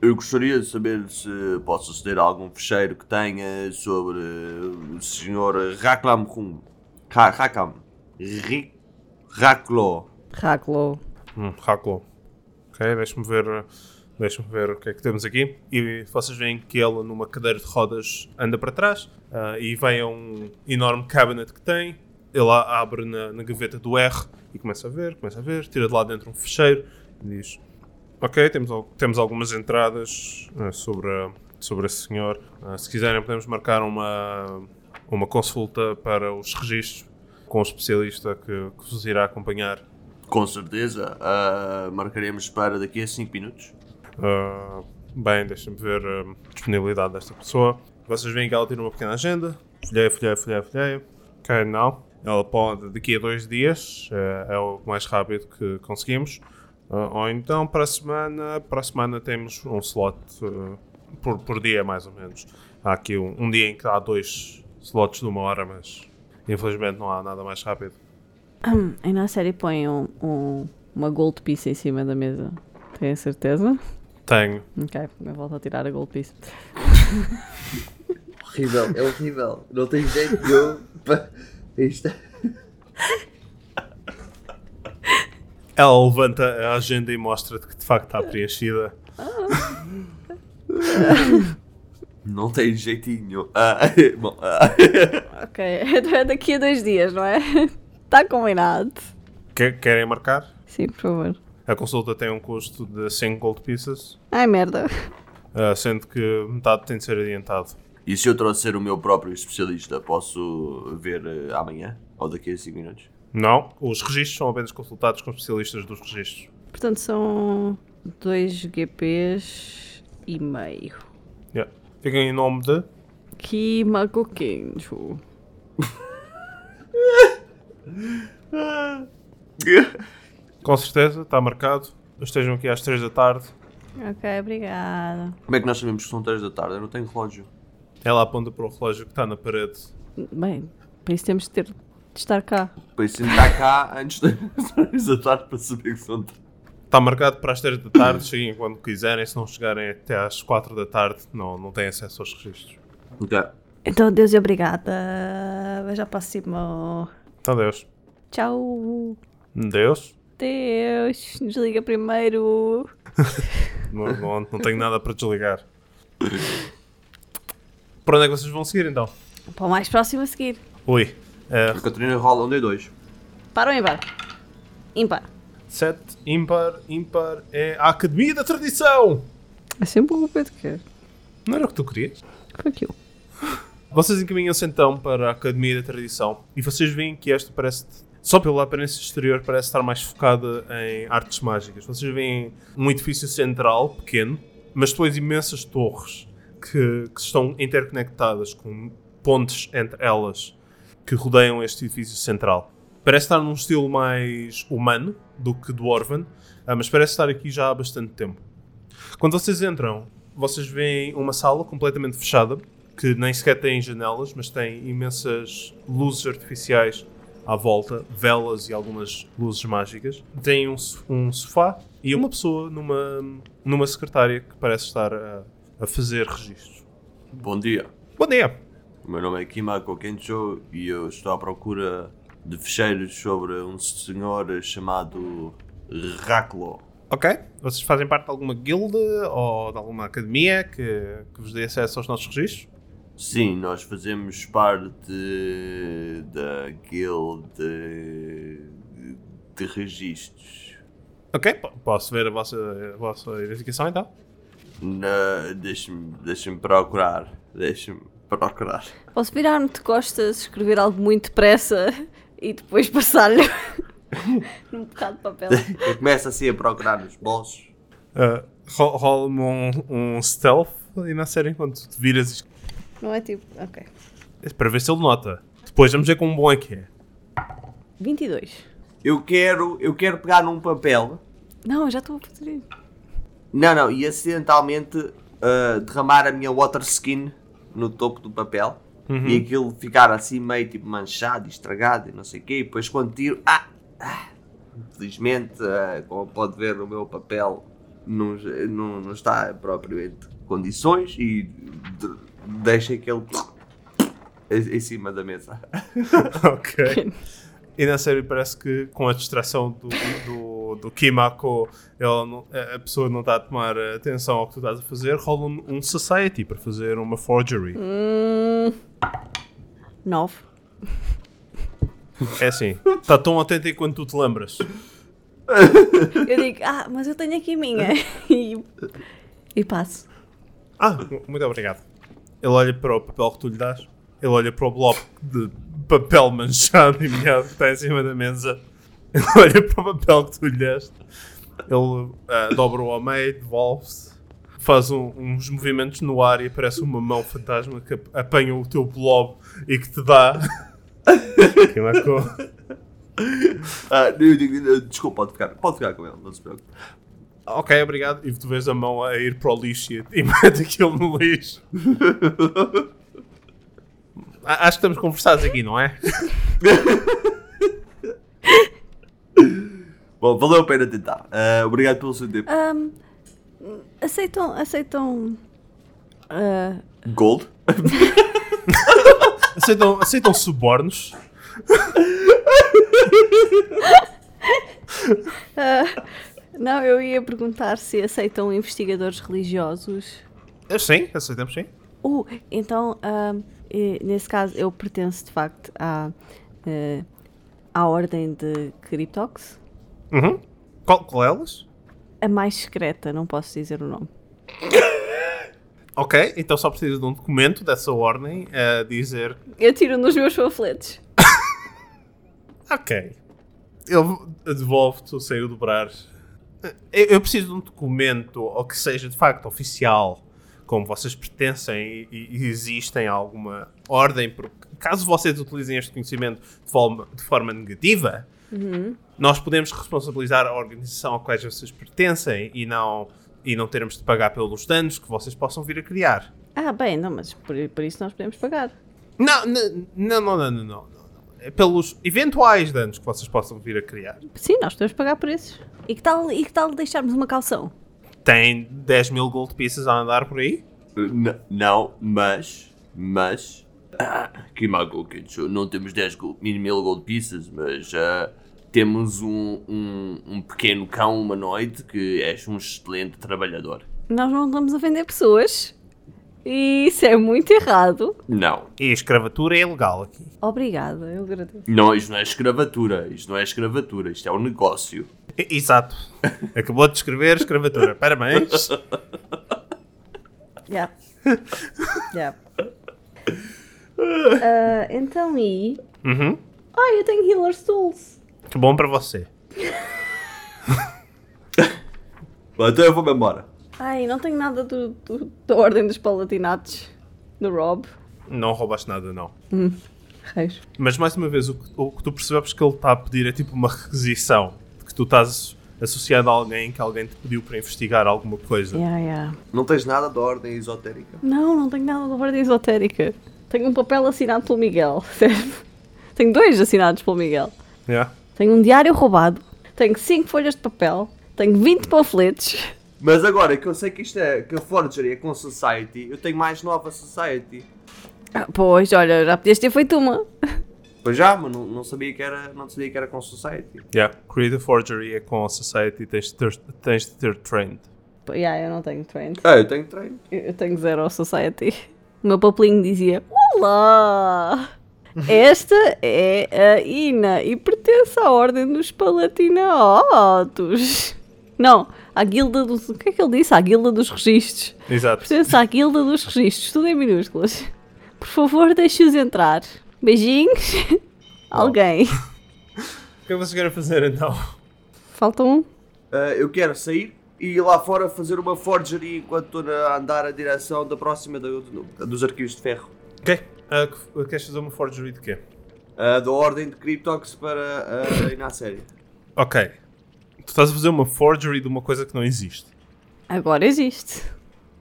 Speaker 3: Eu gostaria de saber se posso aceder a algum fecheiro que tenha sobre uh, o Sr. Raklam Rum. Ra- Rakam. Ri- Raklo.
Speaker 5: Raglo.
Speaker 2: Hum, Haklo. Ok, deixa-me ver. Deixa-me ver o que é que temos aqui. E vocês veem que ela, numa cadeira de rodas, anda para trás ah, e vem a um enorme cabinet que tem. Ele a- abre na, na gaveta do R e começa a ver, começa a ver, tira de lá dentro um fecheiro e diz: Ok, temos, al- temos algumas entradas ah, sobre, a- sobre esse senhor. Ah, se quiserem, podemos marcar uma, uma consulta para os registros com o especialista que, que vos irá acompanhar
Speaker 3: Com certeza. ah, marcaremos para daqui a 5 minutos.
Speaker 2: Ah, bem, deixem-me ver ah, a disponibilidade desta pessoa. Vocês veem que ela tira uma pequena agenda. Folheia, folheia, folheia, folheia. Ok, não. Ela pode, daqui a dois dias, ah, é o mais rápido que conseguimos. Ah, Ah, ou então para a semana, para a semana temos um slot eh, por, por dia, mais ou menos. Há aqui um, um dia em que há dois slots de uma hora, mas infelizmente não há nada mais rápido.
Speaker 5: Aí na Hum, série põe um, um- uma gold piece em cima da mesa. Tem a certeza?
Speaker 2: Tenho.
Speaker 5: Ok, eu volto a tirar a gold piece.
Speaker 6: Horrível, é horrível. Não tem jeito nenhum para isto.
Speaker 2: Ela levanta a agenda e mostra-te que de facto está preenchida.
Speaker 3: Não tem jeitinho. Ah, bom, ah.
Speaker 5: Ok, então é daqui a dois dias, não é? Está combinado.
Speaker 2: Que- querem marcar?
Speaker 5: Sim, por favor.
Speaker 2: A consulta tem um custo de 5 gold pieces,
Speaker 5: Ai, merda.
Speaker 2: ah, sendo que metade tem de ser adiantado.
Speaker 3: E se eu trouxer o meu próprio especialista, posso ver eh, amanhã? Ou daqui a 5 minutos?
Speaker 2: Não, os registros são apenas consultados com especialistas dos registros.
Speaker 5: Portanto, são dois GPs e meio.
Speaker 2: Yeah. Fiquem em nome de.
Speaker 5: Que magoquinho.
Speaker 2: Com certeza, está marcado. Estejam aqui às 3 da tarde.
Speaker 5: Ok, obrigada.
Speaker 3: Como é que nós sabemos que são 3 da tarde? Eu não tenho relógio.
Speaker 2: Ela É aponta para o relógio que está na parede.
Speaker 5: Bem, para isso temos de, ter, de estar cá.
Speaker 3: Pois se está cá antes das 3 da tarde para saber tá que são 3.
Speaker 2: Está marcado para as 3 da tarde, cheguem quando quiserem. Se não chegarem até às 4 da tarde, não, não têm acesso aos registros.
Speaker 3: Ok.
Speaker 5: Então, Deus e obrigada. Veja para cima.
Speaker 2: Então, Deus.
Speaker 5: Tchau.
Speaker 2: Deus?
Speaker 5: Deus, nos liga primeiro.
Speaker 2: Não, não, não tenho nada para desligar. Para onde é que vocês vão seguir então?
Speaker 5: Para o mais próximo a seguir.
Speaker 2: Ui.
Speaker 3: A Catarina rola um D2.
Speaker 5: Para ou ímpar? Ímpar.
Speaker 2: 7, ímpar, ímpar é a Academia da Tradição!
Speaker 5: É sempre o que o Pedro quer.
Speaker 2: Não era o que tu querias?
Speaker 5: Foi aquilo.
Speaker 2: Vocês encaminham-se então para a Academia da Tradição e vocês veem que esta parece, só pela aparência exterior, parece estar mais focada em artes mágicas. Vocês veem um edifício central, pequeno, mas depois imensas torres que, que estão interconectadas com pontes entre elas que rodeiam este edifício central. Parece estar num estilo mais humano do que do Orvan, ah, mas parece estar aqui já há bastante tempo. Quando vocês entram, vocês veem uma sala completamente fechada, que nem sequer tem janelas, mas tem imensas luzes artificiais à volta, velas e algumas luzes mágicas. Tem um, so- um sofá e uma pessoa numa, numa secretária que parece estar a, a fazer registros.
Speaker 3: Bom dia.
Speaker 2: Bom dia!
Speaker 3: O meu nome é Kimako Kencho e eu estou à procura de fecheiros sobre um senhor chamado Raklo.
Speaker 2: Ok. Vocês fazem parte de alguma guilda ou de alguma academia que, que vos dê acesso aos nossos registros?
Speaker 3: Sim, nós fazemos parte da guild de, de registros.
Speaker 2: Ok, po- posso ver a vossa, a vossa identificação então?
Speaker 3: Na- Deixa-me deixa procurar. Deixa-me procurar.
Speaker 4: Posso virar-me de costas, escrever algo muito depressa e depois passar-lhe num bocado de papel.
Speaker 3: Eu começo assim a procurar nos bolsos.
Speaker 2: Uh, ro- Rola-me um, um stealth e na série enquanto te viras É
Speaker 5: Não é tipo. Ok.
Speaker 2: para ver se ele nota. Depois vamos ver quão bom é que é.
Speaker 5: 22.
Speaker 3: Eu quero, eu quero pegar num papel.
Speaker 5: Não, eu já estou a fazer isso.
Speaker 3: Não, não, e acidentalmente ah, derramar a minha water skin no topo do papel e aquilo ficar assim meio tipo manchado e estragado e não sei o quê. E depois quando tiro, ah, ah, infelizmente, ah, como pode ver, o meu papel não, não, não está propriamente em condições e de- deixa aquele em em cima da mesa.
Speaker 2: ok. E na série parece que com a distração do, do, do Kimako, ela não- a a pessoa não está a tomar atenção ao que tu estás a fazer. Rola um, um society para fazer uma forgery.
Speaker 5: 9.
Speaker 2: É assim, está tão atento enquanto tu te lembras.
Speaker 4: Eu digo, ah, mas eu tenho aqui a minha. E, e passo.
Speaker 2: Ah, mu- muito obrigado. Ele olha para o papel que tu lhe dás. Ele olha para o bloco de papel manchado e molhado que está em cima da mesa. Ele olha para o papel que tu lhe deste. Ele ah, dobra-o ao meio, devolve-se. Faz um- uns movimentos no ar e aparece uma mão fantasma que ap- apanha o teu blob e que te dá. Kimako.
Speaker 3: Ah, eu digo, eh, desculpa, pode ficar, pode ficar com ele, não se preocupe.
Speaker 2: Ok, obrigado. E tu vês a mão a ir para o lixo e, e mete aquilo no lixo. A- Acho que estamos conversados aqui, não é?
Speaker 3: Bom, valeu a pena tentar. Ah, obrigado pelo seu tempo.
Speaker 5: Aceitam, aceitam. ah,
Speaker 3: Gold?
Speaker 2: Aceitam, aceitam subornos?
Speaker 5: não, eu ia perguntar se aceitam investigadores religiosos.
Speaker 2: Eh, Sim, aceitamos sim.
Speaker 5: Uh, então, ahm, eh, nesse caso, eu pertenço de facto à, eh, à ordem de Cryptox.
Speaker 2: Uhum. Qual, qual é elas?
Speaker 5: A mais secreta, não posso dizer o nome.
Speaker 2: Ok, então só precisa de um documento dessa ordem a dizer
Speaker 5: Eu tiro nos meus panfletos.
Speaker 2: Ok. Ele devolve-te sem o dobrar. Eu, eu preciso de um documento, ou que seja de facto oficial, como vocês pertencem e, e existem a alguma ordem, porque caso vocês utilizem este conhecimento de forma, de forma negativa, nós podemos responsabilizar a organização a quais vocês pertencem e não, e não termos de pagar pelos danos que vocês possam vir a criar.
Speaker 5: Ah, bem, não, mas por, por isso nós podemos pagar.
Speaker 2: Não, n- não, não, não, não, não. não. É pelos eventuais danos que vocês possam vir a criar.
Speaker 5: Sim, nós podemos pagar por esses. E que tal, e que tal deixarmos uma calção?
Speaker 2: tem 10 mil gold pieces a andar por aí.
Speaker 3: N- não, mas. Mas. Ah, que mago, Kencho. Não temos 10 gold, mil gold pieces, mas. ah, temos um, um, um pequeno cão humanoide que é um excelente trabalhador.
Speaker 5: Nós não estamos a vender pessoas. E isso é muito errado.
Speaker 3: Não.
Speaker 2: E a escravatura é ilegal aqui.
Speaker 5: Obrigada, eu agradeço.
Speaker 3: Não, isto não é escravatura. Isto não é escravatura. Isto é um negócio.
Speaker 2: E- Exato. Acabou de escrever escravatura. Parabéns.
Speaker 5: Já. Já. Ah. então e.
Speaker 2: Uhum.
Speaker 5: Ai, eu tenho Healer's Tools.
Speaker 2: Que bom para você.
Speaker 3: Bom, então eu vou-me embora.
Speaker 5: Ai, não tenho nada do, do- da Ordem dos Palatinatos. Do Rob.
Speaker 2: Não roubaste nada, não.
Speaker 5: Reis.
Speaker 2: Mas mais uma vez, o que, o que tu percebes que ele está a pedir é tipo uma requisição. De que tu estás associado a alguém que alguém te pediu para investigar alguma coisa.
Speaker 5: Yeah, yeah.
Speaker 3: Não tens nada da ordem esotérica.
Speaker 5: Não, não tenho nada da Ordem Esotérica. Tenho um papel assinado pelo Miguel, certo? Tenho dois assinados pelo Miguel.
Speaker 2: Yeah.
Speaker 5: Tenho um diário roubado. Tenho cinco folhas de papel. Tenho 20 panfletos.
Speaker 3: Mas agora que eu sei que isto é. que a Forgery é com Society, eu tenho mais nova Society.
Speaker 5: Ah, pois, olha, já podias ter feito uma.
Speaker 3: Pois já, mas não, não sabia que era. não sabia que era com Society.
Speaker 2: Yeah. Creative Forgery é com a Society e tens de ter, tens de ter trained.
Speaker 5: Pô, yeah, eu não tenho trend.
Speaker 3: Ah, eu tenho treino.
Speaker 5: Eu eu tenho zero society. O meu papelinho dizia: Olá! Esta é a Ina e pertence à Ordem dos Palatinatos. Não, à Guilda dos. O que é que ele disse? À Guilda dos Registros.
Speaker 2: Exato.
Speaker 5: Pertence à Guilda dos Registros, tudo em minúsculas. Por favor, deixe-os entrar. Beijinhos. Alguém.
Speaker 2: O que é que vocês querem fazer então?
Speaker 5: Falta um.
Speaker 3: Ah, eu quero sair e ir lá fora fazer uma forgery enquanto estou a andar a direção da próxima do- do- dos arquivos de ferro.
Speaker 2: Ok. Ah, que- queres fazer uma Forgery de quê?
Speaker 3: Ah, da ordem de Cryptox para ah, a Inácia.
Speaker 2: Ok. Tu estás a fazer uma forgery de uma coisa que não existe.
Speaker 5: Agora existe.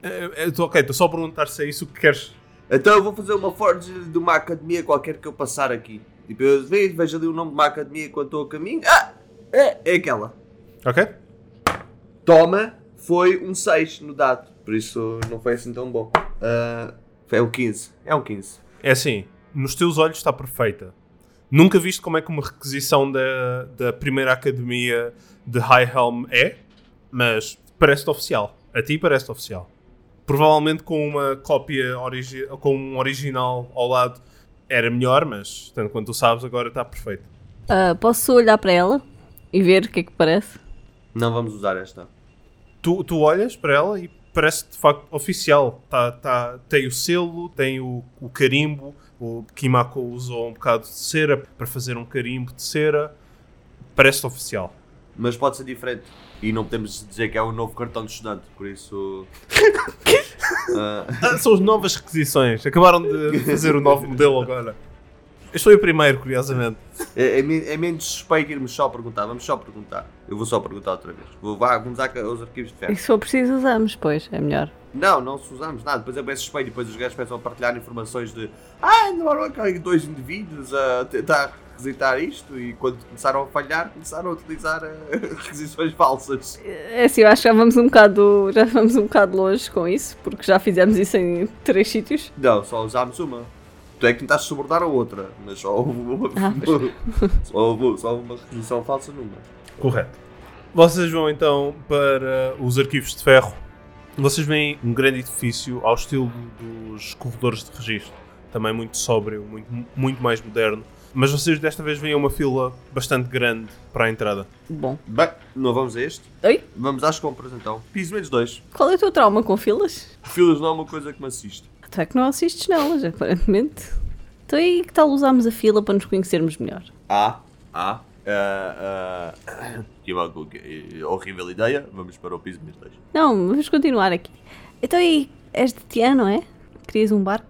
Speaker 2: É, é, tu- ok, estou só a perguntar se é isso que queres.
Speaker 3: Então eu vou fazer uma forgery de uma academia qualquer que eu passar aqui. Tipo, eu vejo, vejo ali o nome de uma academia enquanto estou a caminho. Ah! É, é aquela.
Speaker 2: Ok?
Speaker 3: Toma, foi um 6 no dado. Por isso não foi assim tão bom. Ah, foi um 15. É um 15.
Speaker 2: É assim, nos teus olhos está perfeita. Nunca viste como é que uma requisição da, da primeira academia de High Helm é, mas parece-te oficial. A ti parece-te oficial. Provavelmente com uma cópia, origi com um original ao lado era melhor, mas tanto quanto tu sabes agora está perfeito.
Speaker 5: Ah, posso olhar para ela e ver o que é que parece?
Speaker 3: Não vamos usar esta.
Speaker 2: tu, tu olhas para ela e parece de facto oficial. Tá, tá, tem o selo, tem o, o carimbo. O Kimako usou um bocado de cera para fazer um carimbo de cera. Parece oficial.
Speaker 3: Mas pode ser diferente. E não podemos dizer que é um novo cartão de estudante, por isso.
Speaker 2: Ah, são as novas requisições. Acabaram de fazer o novo modelo agora. Eu sou o primeiro, curiosamente.
Speaker 3: É, é men- é menos suspeito irmos só perguntar, vamos só perguntar. Eu vou só perguntar outra vez. Vou, vá, vamos à, ca- aos arquivos de
Speaker 5: E
Speaker 3: ferro.
Speaker 5: se for preciso, usamos, pois, é melhor.
Speaker 3: Não, não se usamos nada, depois é bem suspeito. Depois os gajos começam a partilhar informações de Ah, não há dois indivíduos a tentar requisitar isto e quando começaram a falhar, começaram a utilizar eh, requisições falsas.
Speaker 5: É assim, eu acho que já vamos um bocado, já vamos um bocado longe com isso, porque já fizemos isso em três sítios.
Speaker 3: Não, só usámos uma. Tu é que tentaste subordar a outra, mas só houve uma,
Speaker 5: Ah,
Speaker 3: só houve, só houve uma requisição falsa numa.
Speaker 2: Correto. Vocês vão então para os arquivos de ferro. Vocês veem um grande edifício ao estilo dos corredores de registro. Também muito sóbrio, muito, muito mais moderno. Mas vocês desta vez veem uma fila bastante grande para a entrada.
Speaker 5: Bom,
Speaker 3: Bem, não vamos a este.
Speaker 5: Oi?
Speaker 3: Vamos às compras então. Piso menos dois.
Speaker 5: qual é o teu trauma com filas?
Speaker 3: Filas não é uma coisa que me assiste.
Speaker 5: Tu é que não assistes nelas, aparentemente. Então aí que tal usarmos a fila para nos conhecermos melhor?
Speaker 3: Há, há. ah, ah, tive algo que- eh, horrível ideia. Vamos para o piso menos dois.
Speaker 5: Não, vamos continuar aqui. Então aí, és de Tian, não é? Querias um barco?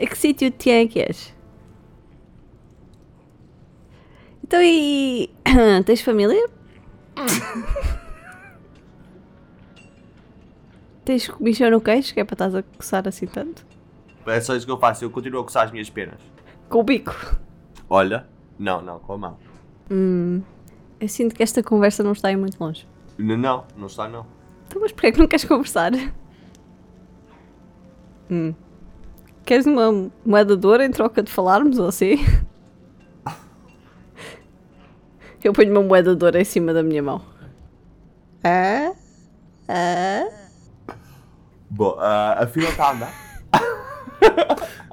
Speaker 5: A que sítio de Tian é que és? Então aí, tens família? tens comichão no queixo, que é para estás a coçar assim tanto?
Speaker 3: É só isso que eu faço. Eu continuo a coçar as minhas penas.
Speaker 5: Com o bico.
Speaker 3: Olha. Não, não, com a mão.
Speaker 5: Eu sinto que esta conversa não está aí muito longe.
Speaker 3: N- Não, não está não.
Speaker 5: Então, mas porquê é que não queres conversar? Hum. Queres uma moeda de ouro em troca de falarmos ou assim? Eu ponho uma moeda de ouro em cima da minha mão. Ah? Ah?
Speaker 3: Bom, ah, a fila está a andar.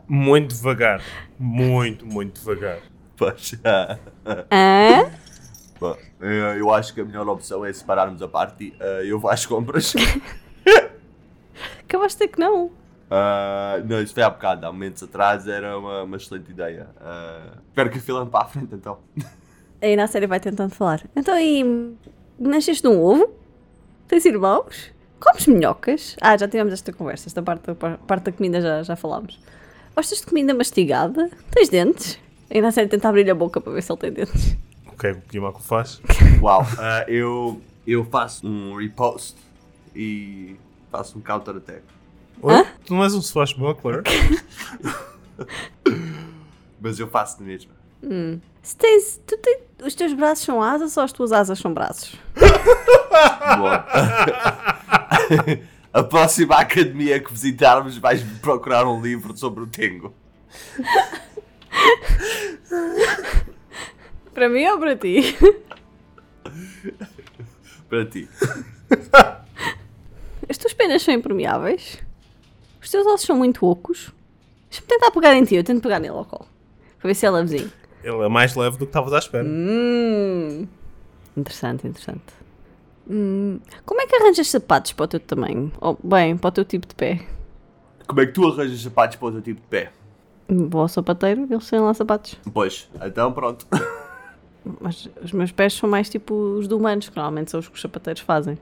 Speaker 2: Muito devagar. Muito, muito devagar.
Speaker 3: Pois, ah,
Speaker 5: Ah?
Speaker 3: bom, eh, eu acho que a melhor opção é separarmos a parte. ah, eu vou às compras.
Speaker 5: Acabaste de dizer que não.
Speaker 3: Ah, não, isso foi há bocado, há momentos atrás era uma, uma excelente ideia. Ah, espero que a fila ande para a frente então.
Speaker 5: Aí na série vai tentando falar. Então aí. Nasceste de um ovo? Tens irmãos? Comes minhocas? Ah, já tivemos esta conversa. Esta parte, da- parte da comida já, já falámos. Gostas de comida mastigada? Tens dentes? Aí na série tenta abrir a boca para ver se ele tem dentes.
Speaker 2: O que é que o Kimako faz?
Speaker 3: Uau, ah, eu, eu faço um repost e faço um counter-attack.
Speaker 2: Oi? Tu não és um swashbuckler?
Speaker 3: Mas eu faço de mesmo.
Speaker 5: Se tens. Tu tens os teus braços são asas ou as tuas asas são braços?
Speaker 3: Boa. a próxima academia que visitarmos vais procurar um livro sobre o Tengo.
Speaker 5: Para mim ou para ti?
Speaker 3: Para ti.
Speaker 5: As tuas penas são impermeáveis. Os teus ossos são muito ocos. Deixa-me tentar pegar em ti, eu tento pegar nele ao colo. Para ver se ele é levezinho.
Speaker 2: Ele é mais leve do que estavas à espera.
Speaker 5: Hum. Interessante, interessante. Hum, Como é que arranjas sapatos para o teu tamanho? Ou, bem, para o teu tipo de pé?
Speaker 3: Como é que tu arranjas sapatos para o teu tipo de pé?
Speaker 5: Vou ao sapateiro, eles têm lá sapatos.
Speaker 3: Pois, então pronto.
Speaker 5: Mas os meus pés são mais tipo os de humanos, que normalmente são os que os sapateiros fazem.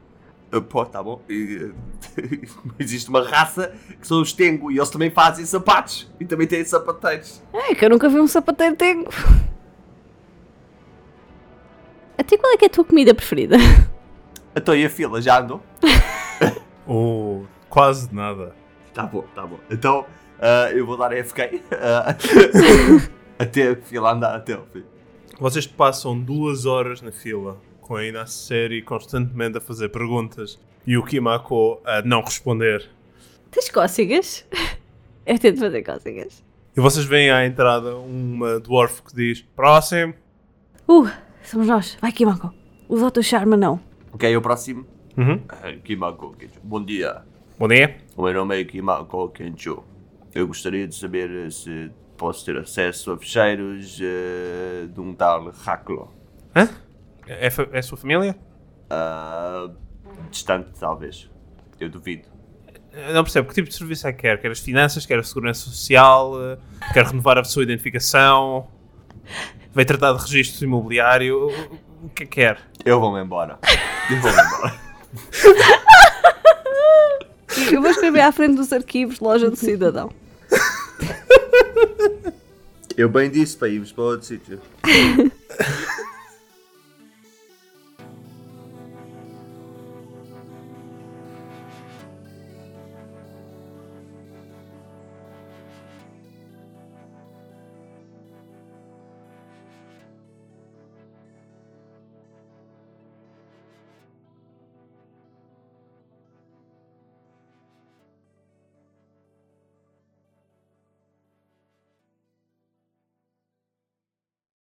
Speaker 3: Ah, Pô, tá bom. E, eh, Existe uma raça que são os Tengo e eles também fazem sapatos e também têm sapateiros.
Speaker 5: É, que eu nunca vi um sapateiro tengo. Até qual é que é a tua comida preferida?
Speaker 3: Então e a fila já andou?
Speaker 2: Ou Oh, quase nada.
Speaker 3: Tá bom, tá bom. Então ah, eu vou dar a FK ah, até a fila andar até o fim.
Speaker 2: Vocês passam duas horas na fila, com a Ina série constantemente a fazer perguntas e o Kimako a não responder.
Speaker 5: Tens cócegas? Eu tento fazer cócegas.
Speaker 2: E vocês veem à entrada uma dwarf que diz: Próximo!
Speaker 5: Uh, somos nós. Vai, Kimako. Usa o teu charme, não.
Speaker 3: Ok, o próximo.
Speaker 2: Uhum.
Speaker 3: Ah, Kimako Kenjo. Bom dia.
Speaker 2: Bom dia.
Speaker 3: O meu nome é Kimako Kenjo. Eu gostaria de saber eh, se posso ter acesso a fecheiros eh, de um tal Haklo.
Speaker 2: Hã? É, fa- é sua família?
Speaker 3: Ah, distante, talvez. Eu duvido.
Speaker 2: Eu não percebo. Que tipo de serviço é que quer? Quer as finanças? Quer a segurança social? eh, Quer renovar a sua identificação? Vai tratar de registro imobiliário? O que é que quer?
Speaker 3: Eu vou-me embora. Eu vou-me embora.
Speaker 5: Eu vou escrever à frente dos arquivos Loja do Cidadão.
Speaker 3: Eu bem disse para irmos para outro sítio.